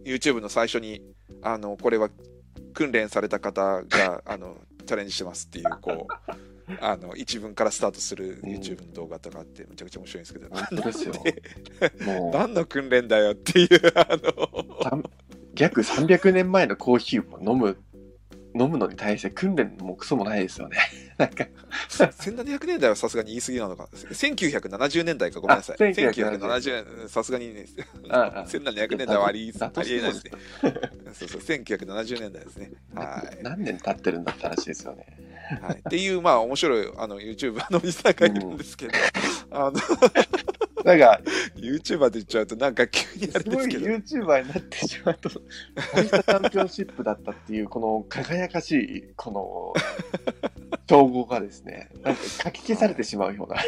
B: YouTube の最初にあのこれは訓練された方 があのチャレンジしてますっていうこうあの一文からスタートする
A: うん
B: YouTube の動画とかあってめちゃくちゃ面白いんですけど、
A: 本当ですよ
B: なん で
A: もう
B: 何の訓練だよっていうあの
A: さん約300年前のコーヒーを飲む飲むのに対して訓練もクソもないですよねなんか、
B: 1700年代はさすがに言い過ぎなのか1970年代かごめんなさい
A: あ
B: 1970年さすがにね
A: あああ
B: 1700年代はあり
A: だ
B: あ
A: と
B: りえないです
A: し
B: ねそうそう1970年代ですねはい
A: 何年経ってるんだって話ですよね。
B: はい、っていう、まあ、面白いあの YouTuber のおじさんがいるんですけど、あの
A: なんか、
B: YouTuber で言っちゃうと、なんか急にあ
A: す
B: れで
A: ごい
B: すけど、
A: YouTuber になってしまうと、最多チャンピオンシップだったっていう、この輝かしい、この、称号がですね、なんか書き消されてしまうような。
B: まあ、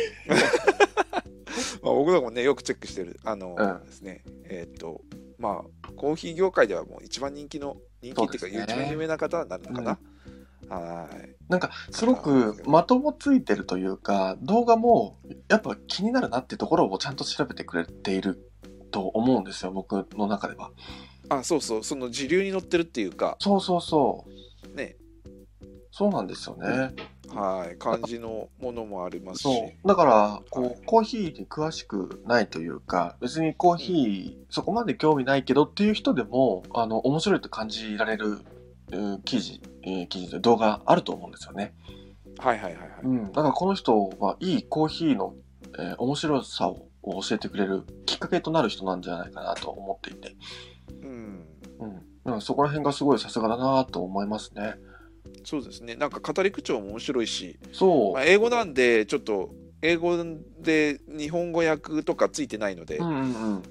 B: 僕らもね、よくチェックしてる、あの、
A: うん
B: ですね、えーっ、と、まあ、コーヒー業界ではもう一番人気の、人気っていうか、
A: そうですね
B: 一番有名な方になるのかな。はい。
A: なんか、すごく的もついてるというか、動画も、やっぱ気になるなってところをちゃんと調べてくれていると思うんですよ、僕の中では。
B: あ、そうそう、その時流に乗ってるっていうか、
A: そうそうそう。
B: ね、
A: そうなんですよね。
B: はい、感じのものもありますし、
A: そうだからこう、
B: はい
A: コーヒーに詳しくないというか別にコーヒー、そこまで興味ないけどっていう人でもあの面白いと感じられるうん記事、えー記事で動画あると思うんですよね、
B: はいはいはいはい。
A: うん、だからこの人はいいコーヒーの、えー面白さをを教えてくれるきっかけとなる人なんじゃないかなと思っていて、
B: うん
A: うん、だからそこら辺がすごいさすがだなと思いますね
B: そうですね、なんか語り口調も面白いし、
A: そう、
B: まあ、英語なんでちょっと英語で日本語訳とかついてないので、
A: うんうんうん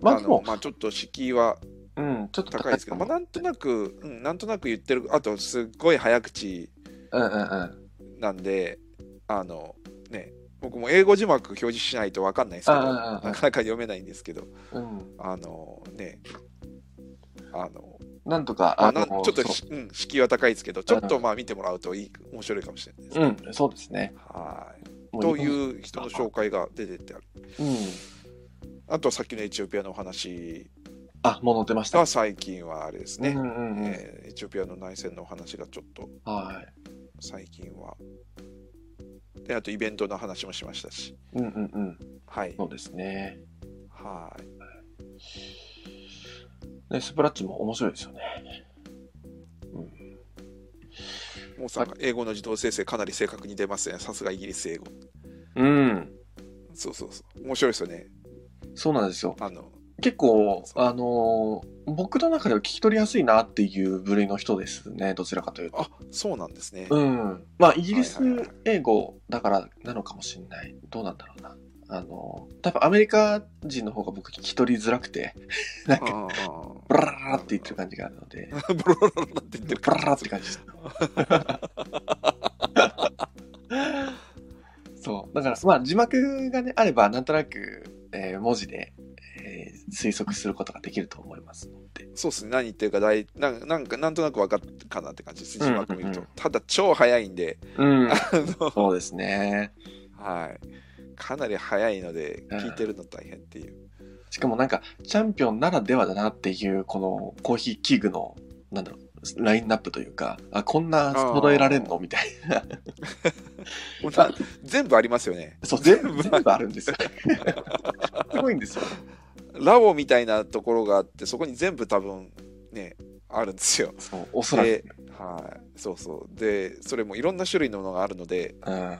A: ま
B: ま
A: あ
B: あ
A: で
B: の
A: も、
B: まあ、ちょっと敷居は
A: うん、ちょっと
B: 高いですけど、まあ、なんとなく、うん、なんとなく言ってるあとすっごい早口
A: うんうんうん
B: なんであのね僕も英語字幕表示しないと分かんないですけど
A: あああ
B: な
A: あ
B: かなか読めないんですけど
A: うん
B: あのねあの
A: なんとか、
B: まあ
A: の
B: なんちょっと
A: そ
B: し、うん、敷居は高いですけどちょっ
A: う
B: と
A: ん
B: まあ見てもらうといい面白いかもしれないです
A: う、うん、そうですね。
B: はい
A: も
B: と
A: う、
B: いう人の紹介が出てってある
A: うん、
B: あとさっきのエチオピアのお話
A: あ、もう乗ってました。
B: が最近はあれですね、
A: うんうんうん、
B: えーエチオピアの内戦のお話がちょっと
A: は
B: 最近はであとイベントの話もしましたし
A: い。うんうんうん、
B: はい
A: そうですね。
B: はい
A: ね、スプラッチも面白いですよね。うん、
B: もうさんが英語の自動生成かなり正確に出ますねさすがイギリス英語
A: うん、
B: そうそうそう面白いですよね
A: そうなんですよ。
B: あの
A: 結構、
B: そう
A: あのー僕の中では聞き取りやすいなっていう部類の人ですね、どちらかというと。
B: あそうなんですね、
A: うん、まあ、イギリス
B: はいはいはい
A: 英語だからなのかもしれない。どうなんだろうな。あのー多分アメリカ人の方が僕聞き取りづらくて、なん
B: あ
A: か
B: ああ
A: ブララララって言ってる感じがあるので、
B: あ ブロロロロって言ってる
A: ブラララって感じ です。そう。だから、まあ、字幕がね、あれば、なんとなく、えー文字で、えー推測することができると思いますので。
B: そうですね何言ってるか大なんなんかなんとなく分かったかなって感じです字幕見ると、
A: うんうん
B: ただ超早い んで
A: うん。
B: あの
A: そうですね。
B: はい。かなり早いので、
A: うん
B: 聞いてるの大変っていう。
A: しかもなんか、チャンピオンならではだなっていう、このコーヒー器具の、なんだろう、ラインナップというか、あ、こんな揃えられんのみたいな。
B: もうな全部ありますよね。
A: そう、全部、全部あるん ですよ。すごいんですよ。
B: ラボみたいなところがあって、そこに全部多分ね、あるんですよ。
A: そう、おそらく。
B: で、はい。そうそう。で、それもいろんな種類のものがあるので、
A: うん。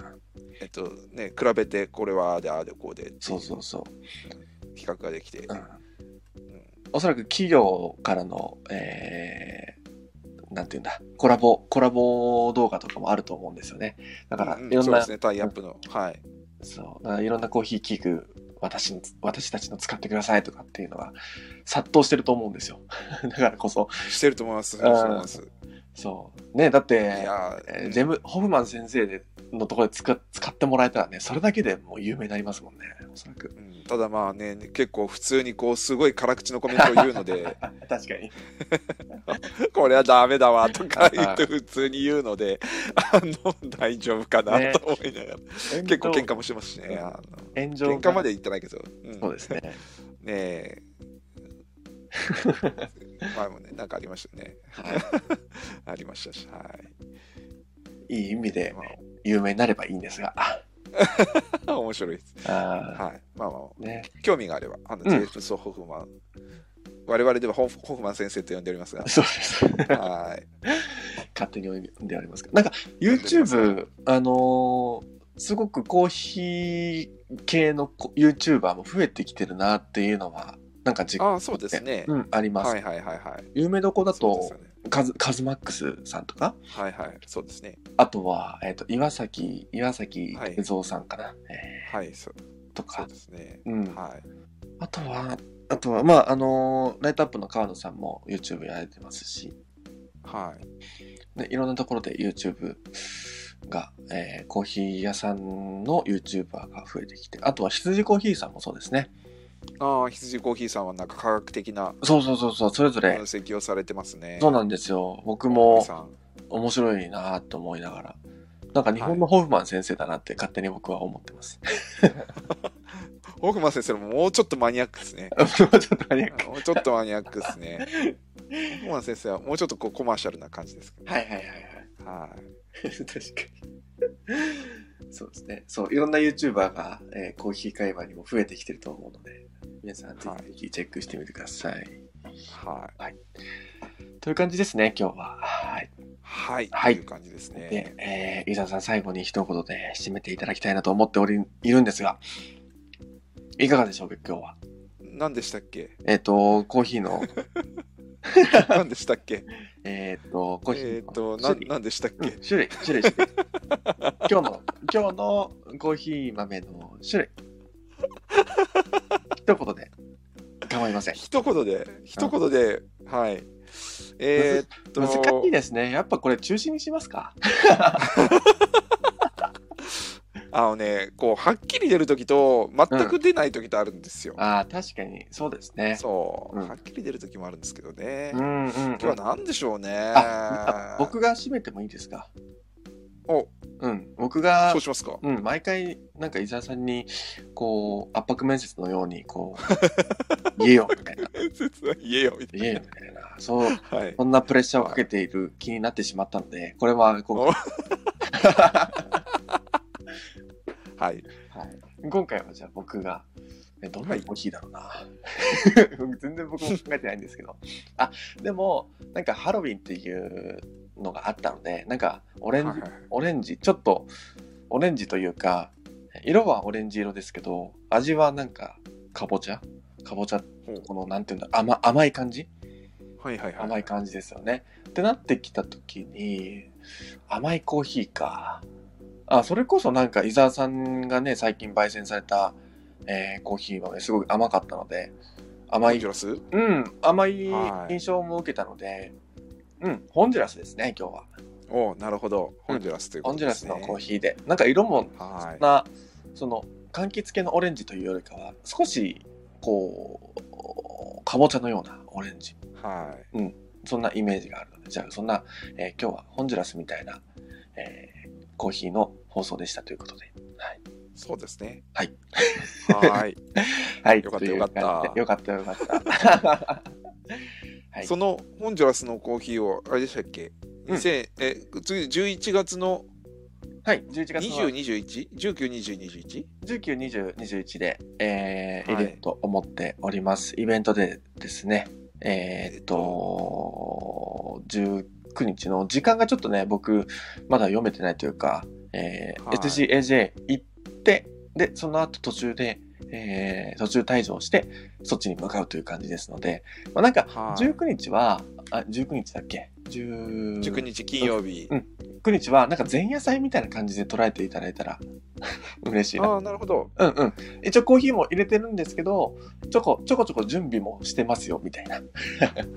B: えっとね、比べて、これはああで、ああで、こうで、
A: そうそうそう。
B: 比較ができて。
A: うんおそらく企業からの、えー、なんていうんだ、コラボ、コラボ動画とかもあると思うんですよね。だから、
B: う
A: い
B: ん
A: ろん
B: そう
A: な、
B: です
A: そう
B: ね、タイアップの。はい。
A: だからいろんなコーヒー器具、私に、私たちの使ってくださいとかっていうのが殺到してると思うんですよ。 だからこそ、
B: してると思います。してると思います。
A: そう。ね、だっ
B: い
A: て、
B: や
A: えー
B: ー、
A: ジェム、ホフマン先生でのところで使使ってもらえたらね、それだけでもう有名になりますもんね、おそらく。
B: うんただまあね、結構普通にこう、すごい辛口のコメントを言うので、
A: 確かに。
B: これはダメだわとか言って普通に言うので、あの、大丈夫かな
A: ね
B: と思いながら、結構喧嘩もしてますしね。
A: うん
B: あ
A: 炎
B: の
A: 上が
B: 喧嘩まで言ってないけど、うん
A: そうですね。
B: ねえ。 前もね、なんかありましたよね。 ありましたし、はい
A: いい意味で
B: ま
A: 有名になればいいんですが。
B: あ。 面白いです。
A: あ
B: はい。まあま
A: ーね、
B: あ、興味があれば、あの、
A: うん
B: ジェームス・ホフマン、
A: 、
B: 我々ではホフホフマン先生と呼んでおりますが
A: そうです。
B: はい。
A: 勝手に読んでありますけどなんか YouTube あのーすごくコーヒー系のこ YouTuber も増えてきてるなっていうのはなんか実
B: ああそうですね、
A: うん、あります、
B: はいはいはいはい
A: 有名どこだ
B: そうです
A: と
B: よね
A: カズカズマックスさんとか
B: はいはいそうですね
A: あとは、えっと岩崎岩崎哲三さんかな、え
B: はいそう
A: ーと
B: そ
A: か
B: うですね
A: うん
B: はい
A: あとはあとはまああのーライトアップの川野さんも YouTube やられてますし
B: はい
A: でいろんなところで YouTube が、えーコーヒー屋さんの YouTuber が増えてきてあとは羊コーヒーさんもそうですね
B: ああ羊コーヒーさんはなんか科学的な
A: そうそうそうそうそれぞ
B: 分
A: れ
B: 析をされてますね
A: そうなんですよ僕
B: コーヒ
A: も
B: ーさん
A: 面白いなと思いながらなんか日本のホフマン先生だなって勝手に僕は思ってます。
B: ホフマン先生ももうちょっとマニアックですね
A: ちょっと何や
B: もうちょっとマニアックですね。 ホフマン先生はもうちょっとこうコマーシャルな感じですけ
A: はいはいはいはい。
B: ど。は
A: 確かに。そうですね。そう、いろんな YouTuber が、えーコーヒー会話にも増えてきてると思うので、皆さんぜひぜひチェックしてみてください。
B: い。はい。
A: という感じですね、今日は。はい。
B: はい。
A: はい
B: という感じですね。
A: で、えー、伊沢さん最後に一言で締めていただきたいなと思っており、いるんですが、いかがでしょうか、今日は。
B: 何でしたっ け
A: えっ、と、コーヒー の、
B: 何でしたっけ
A: えっ、と、コーヒ
B: え
A: ー
B: っ
A: の
B: と、
A: 種
B: な
A: 類、
B: 何でしたっ
A: うん
B: け
A: 種類、種類、種類。今日の、今日のコーヒー豆の種類。一言で、構いま せん。
B: 一言で、一言で、はい。えーっと、
A: 難しいですね。やっぱこれ中止にしますか
B: あのね、こう、はっきり出るときと、全く出ないときとあるんですよ。
A: ああ、確かに、そうですね。
B: そう。
A: うん
B: はっきり出るときもあるんですけどね。
A: う
B: 今
A: んうん、うん
B: 日は何でしょうね。
A: ああ僕が締めてもいいですか
B: お、
A: うん。僕が
B: そう、しますか。
A: うん、毎回、なんか伊沢さんに、こう、圧迫面接のように、こ う、言えよ、みたいな。
B: 説は言えよ、みたい
A: 言えよ、みたいな。そう、
B: な。はい。
A: そんなプレッシャーをかけている気になってしまったので、これは今回、
B: おはい。
A: はい、今回はじゃあ僕が、えどんな
B: はい
A: コーヒーだろうな。 全然僕も考えてないんですけど。あ、でも、なんかハロウィンっていうのがあったので、なんかオレンジ、
B: はいはいはい
A: オレンジ、ちょっとオレンジというか、色はオレンジ色ですけど、味はなんかかぼちゃかぼちゃ、
B: ほう
A: このなんていうんだ、甘甘い感じ
B: はいはいはい。
A: 甘い感じですよね。ってなってきた時に甘いコーヒーかあそれこそなんか伊沢さんがね最近焙煎された、えーコーヒーはねすごい甘かったので甘
B: ホン
A: い
B: ジュラス
A: うん甘い
B: はい
A: 印象も受けたので、うんホンジュラスですね今日は
B: おうなるほど。ホンジュラスという
A: ホ
B: こ
A: ン
B: と
A: ジュ
B: で
A: ラ
B: す
A: ス
B: ね。
A: のコーヒーでなんか色も
B: は
A: な、その柑橘系のオレンジというよりかは少しこうかぼちゃのようなオレンジ
B: い。は
A: そんなイメージがあるので、じゃあそんな、えー今日はホンジュラスみたいな、えーコーヒーの放送でしたということで。はい。
B: い。そうですね。
A: はい。
B: はい。
A: はい。
B: よかった
A: という
B: よかった
A: 感じでよかったよか った。 はい
B: そのホンジュラスのコーヒーを、あれでしたっけ、
A: うん
B: 2000え、次、11月の
A: はい。11月
B: 20、
A: の
B: 21、19、20、21?
A: 19、20、21で、えー
B: はい
A: 入れると思っております。イベントでですね、えーっと、19日の時間がちょっとね、僕、まだ読めてないというか、えー
B: はい
A: SCAJ 行って、で、その後途中で、えー途中退場して、そっちに向かうという感じですので、まあ、なんか、
B: はい。
A: 19日は、あ、19日だっけ ?19
B: 19日金曜日。
A: うん日は、なんか前夜祭みたいな感じで捉えていただいたら、 嬉しいな
B: ああ、なるほど。
A: うんうん。一応コーヒーも入れてるんですけど、ちょこちょこちょこ準備もしてますよ、みたいな。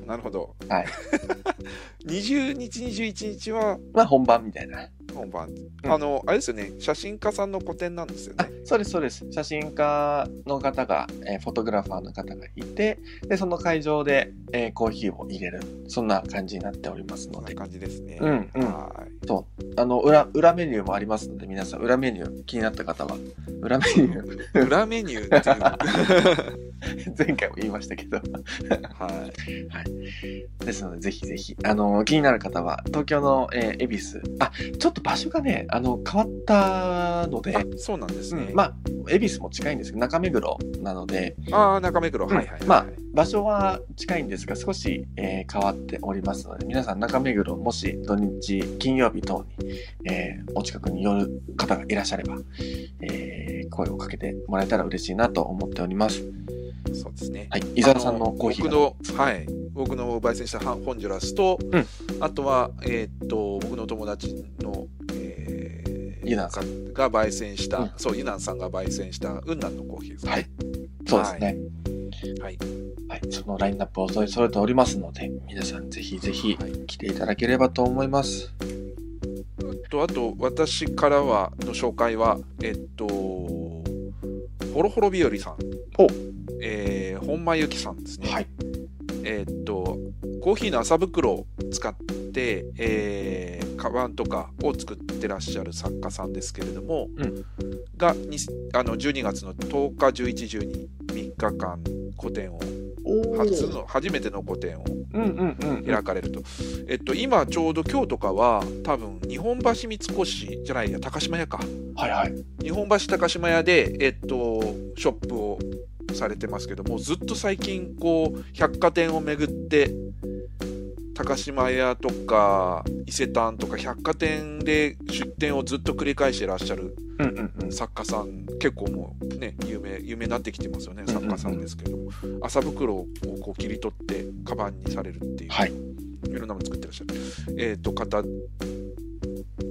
B: なるほど。
A: はい。
B: 20日、21日は
A: まあ本番みたいな。
B: 本番。
A: うん
B: あの、あれですよね。写真家さんの個展なんですよ
A: あ
B: ね。、
A: そうです、そうです。写真家の方が、えーフォトグラファーの方がいて、で、その会場で、えーコーヒーを入れる。そんな感じになっております
B: こ
A: の
B: んな
A: で。
B: 感じですね。
A: うんうん。
B: はい。
A: あの、裏、裏メニューもありますので、皆さん、裏メニュー気になった方は、裏メニュ
B: 裏メニューっていう。
A: ー、 前回も言いましたけど。
B: はい。
A: ですので、ぜひぜひ、あの、気になる方は、東京の、えー恵比寿、あ、ちょっと場場所がね、あの、変わったので、
B: あそうなんですね。
A: うんまあ、恵比寿も近いんですけど、中目黒なので、
B: ああ、中目黒、
A: うん
B: はいはい、はい
A: まあ場所は近いんですが、少し、えー変わっておりますので、皆さん中目黒、もし土日、金曜日等に、えーお近くに寄る方がいらっしゃれば、えー声をかけてもらえたら嬉しいなと思っております。
B: そうですね。
A: はい、伊沢さんのコーヒー
B: あ
A: が。
B: の僕の、はい、僕の焙煎したハホンジュラスと、
A: うん
B: あとは、えーっと、僕の友達の、えー
A: ユナンさ
B: が焙煎した、
A: うん
B: そう、ユナンさんが焙煎した、雲南のコーヒーですね。
A: はい、そうですね。
B: はい。
A: はい、そのラインナップを取り揃えておりますので、皆さんぜひぜひ
B: はい
A: 来ていただければと思います。
B: とあと私からはの紹介はえっとほろほろ日和さん
A: お
B: えー、本間由紀さんですね、
A: はい、
B: えっとコーヒーの麻袋を使って、えー、カバンとかを作ってらっしゃる作家さんですけれども、
A: うん
B: がにあの12月の10日11、12、3日間個展を
A: お
B: 初の初めての個展を
A: うんうんうん。
B: 開かれると、えっと、今ちょうど今日とかは多分日本橋三越じゃないや高島屋か
A: はいはい。
B: 日本橋高島屋で、えっと、ショップをされてますけどもずっと最近こう百貨店を巡って高島屋とか伊勢丹とか百貨店で出店をずっと繰り返してらっしゃる
A: うんうんうん。
B: 作家さん結構もうね有名有名になってきてますよね
A: うんうん
B: 作家さんですけど、麻袋をこう切り取ってカバンにされるっていう、
A: はい、
B: ろんなもの作ってらっしゃる、えー、と方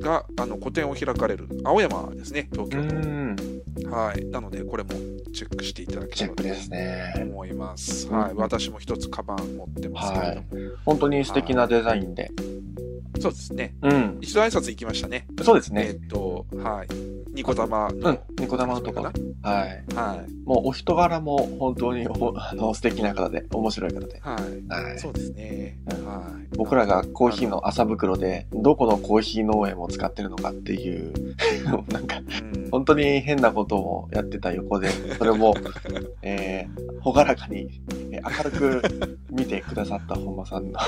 B: があの個展を開かれる青山ですね東
A: う
B: 京の、
A: ん、
B: はいなのでこれもチェックしていただけ
A: チ
B: れ
A: ェッ
B: ば
A: ク
B: と
A: ですね。
B: 思います、
A: うん
B: はい、私も一つカバン持ってますけれども、
A: 本当に素敵なデザインで。
B: そうですね
A: うん。
B: 一度挨拶行きましたね
A: そうですね
B: えっ、。とはいニコ玉の、
A: うん。ニコ玉とかは。はい。
B: はい
A: もうお人柄も本当にお あの素敵な方で、面白い方で。
B: はい
A: はい。
B: そうですね。
A: うん
B: はい。
A: 僕らがコーヒーの朝袋で、どこのコーヒー農園を使ってるのかっていう、 なんか、
B: うん、
A: 本当に変なことをやってた横で、それ も、えー、ほがらかに、えー明るく見てくださった本間さんの。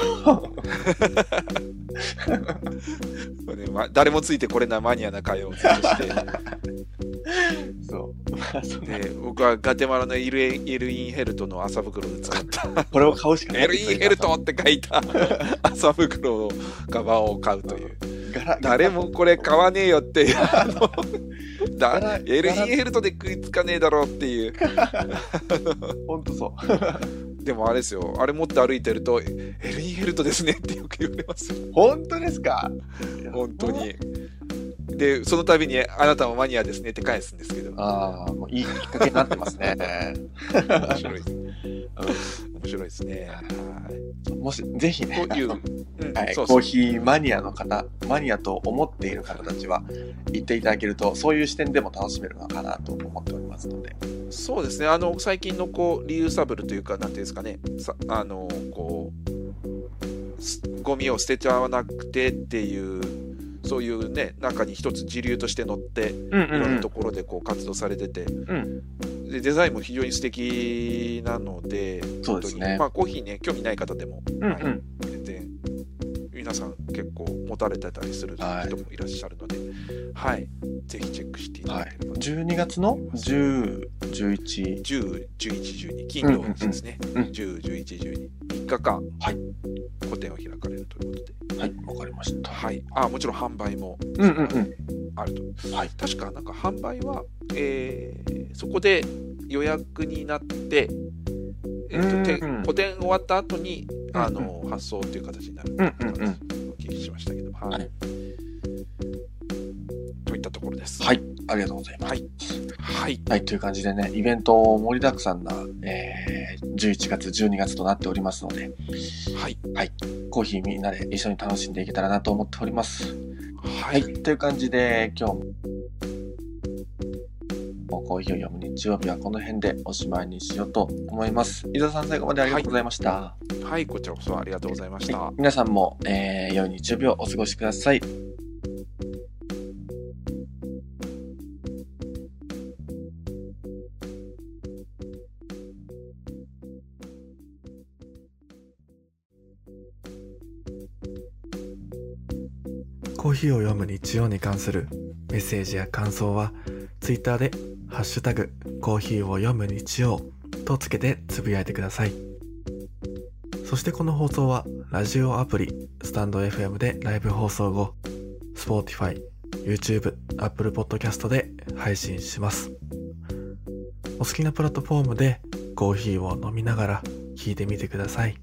B: そうねま誰もついてこれないマニアな会をずっと して、
A: そう。まあ そんな
B: で僕はガテマラのエルエルインヘルトの麻袋で 使った、
A: これを買うしかない。
B: エルインヘルトって書いた麻袋のカバンを買うという、
A: ガラ
B: 誰もこれ買わねえよって いう、あの
A: ガ
B: だ
A: ラ
B: エルインヘルトで食いつかねえだろうっていう、
A: ほんとそう。
B: でもあれですよ、あれ持って歩いてると、エルインヘルトですねってよく言われますよ、
A: 本当ですか
B: 本当。に。で、その度に、あなたもマニアですねって返すんですけど。
A: ああ、もういいきっかけになってますね。
B: 面白いです。面白いですね。はい
A: もし、ぜひね、
B: という、うん
A: はい、
B: そう
A: コ
B: そ
A: ー
B: う
A: ヒーマニアの方、マニアと思っている方たちは、行っていただけると、そういう視点でも楽しめるのかなと思っておりますので。
B: そうですね。あの最近のこうリユーサブルというかなんていうんですかね。さあのこうすゴミを捨てちゃわなくてっていう。そういうね中に一つ時流として乗って
A: う
B: い
A: ん
B: ろんなところでこう活動されてて、でデザインも非常に素敵なので
A: そうです
B: 本当に
A: ね
B: ま。あコーヒーね興味ない方でも、
A: うん
B: はい
A: うん。
B: 全然皆さん結構持たれてたりする
A: はい
B: 人もいらっしゃるので、はいぜひチェックしていた
A: は
B: だ
A: い
B: ければ、、
A: 12月の10、11、
B: 10、11、12金曜日ですね、
A: うんうんうん
B: 10、11、12 3日間、
A: はい
B: 個展を開かれるということで、
A: はい、わかりました。
B: はい、あもちろん販売も
A: うんうんうん。
B: あると
A: はい。
B: 確かなんか販売は、えーそこで予約になって、え
A: うんう
B: ー
A: ん
B: とて個展終わった後にあの、発送という形になる
A: うんうんうん。
B: お聞きしましたけど、は
A: は
B: い
A: い
B: といったところです。
A: はい、ありがとうございます。
B: はい。はい。
A: はい、という感じでね、イベント盛りだくさんな、えー、11月、12月となっておりますので、
B: はい。
A: コーヒーみんなで一緒に楽しんでいけたらなと思っております。
B: は。
A: はいい、という感じで今日もコーヒーを読む日曜日はこの辺でおしまいにしようと思います。伊沢さん最後までありがとうございました。
B: はいこちらこそありがとうございました。
A: 皆さんも、えー、良い日曜日をお過ごしください。コーヒーを読む日曜に関するメッセージや感想は、ツイッターで、ハッシュタグ、コーヒーを読む日曜とつけてつぶやいてください。そしてこの放送は、ラジオアプリ、スタンド FM でライブ放送後、Spotify、YouTube、Apple Podcast で配信します。お好きなプラットフォームでコーヒーを飲みながら聞いてみてください。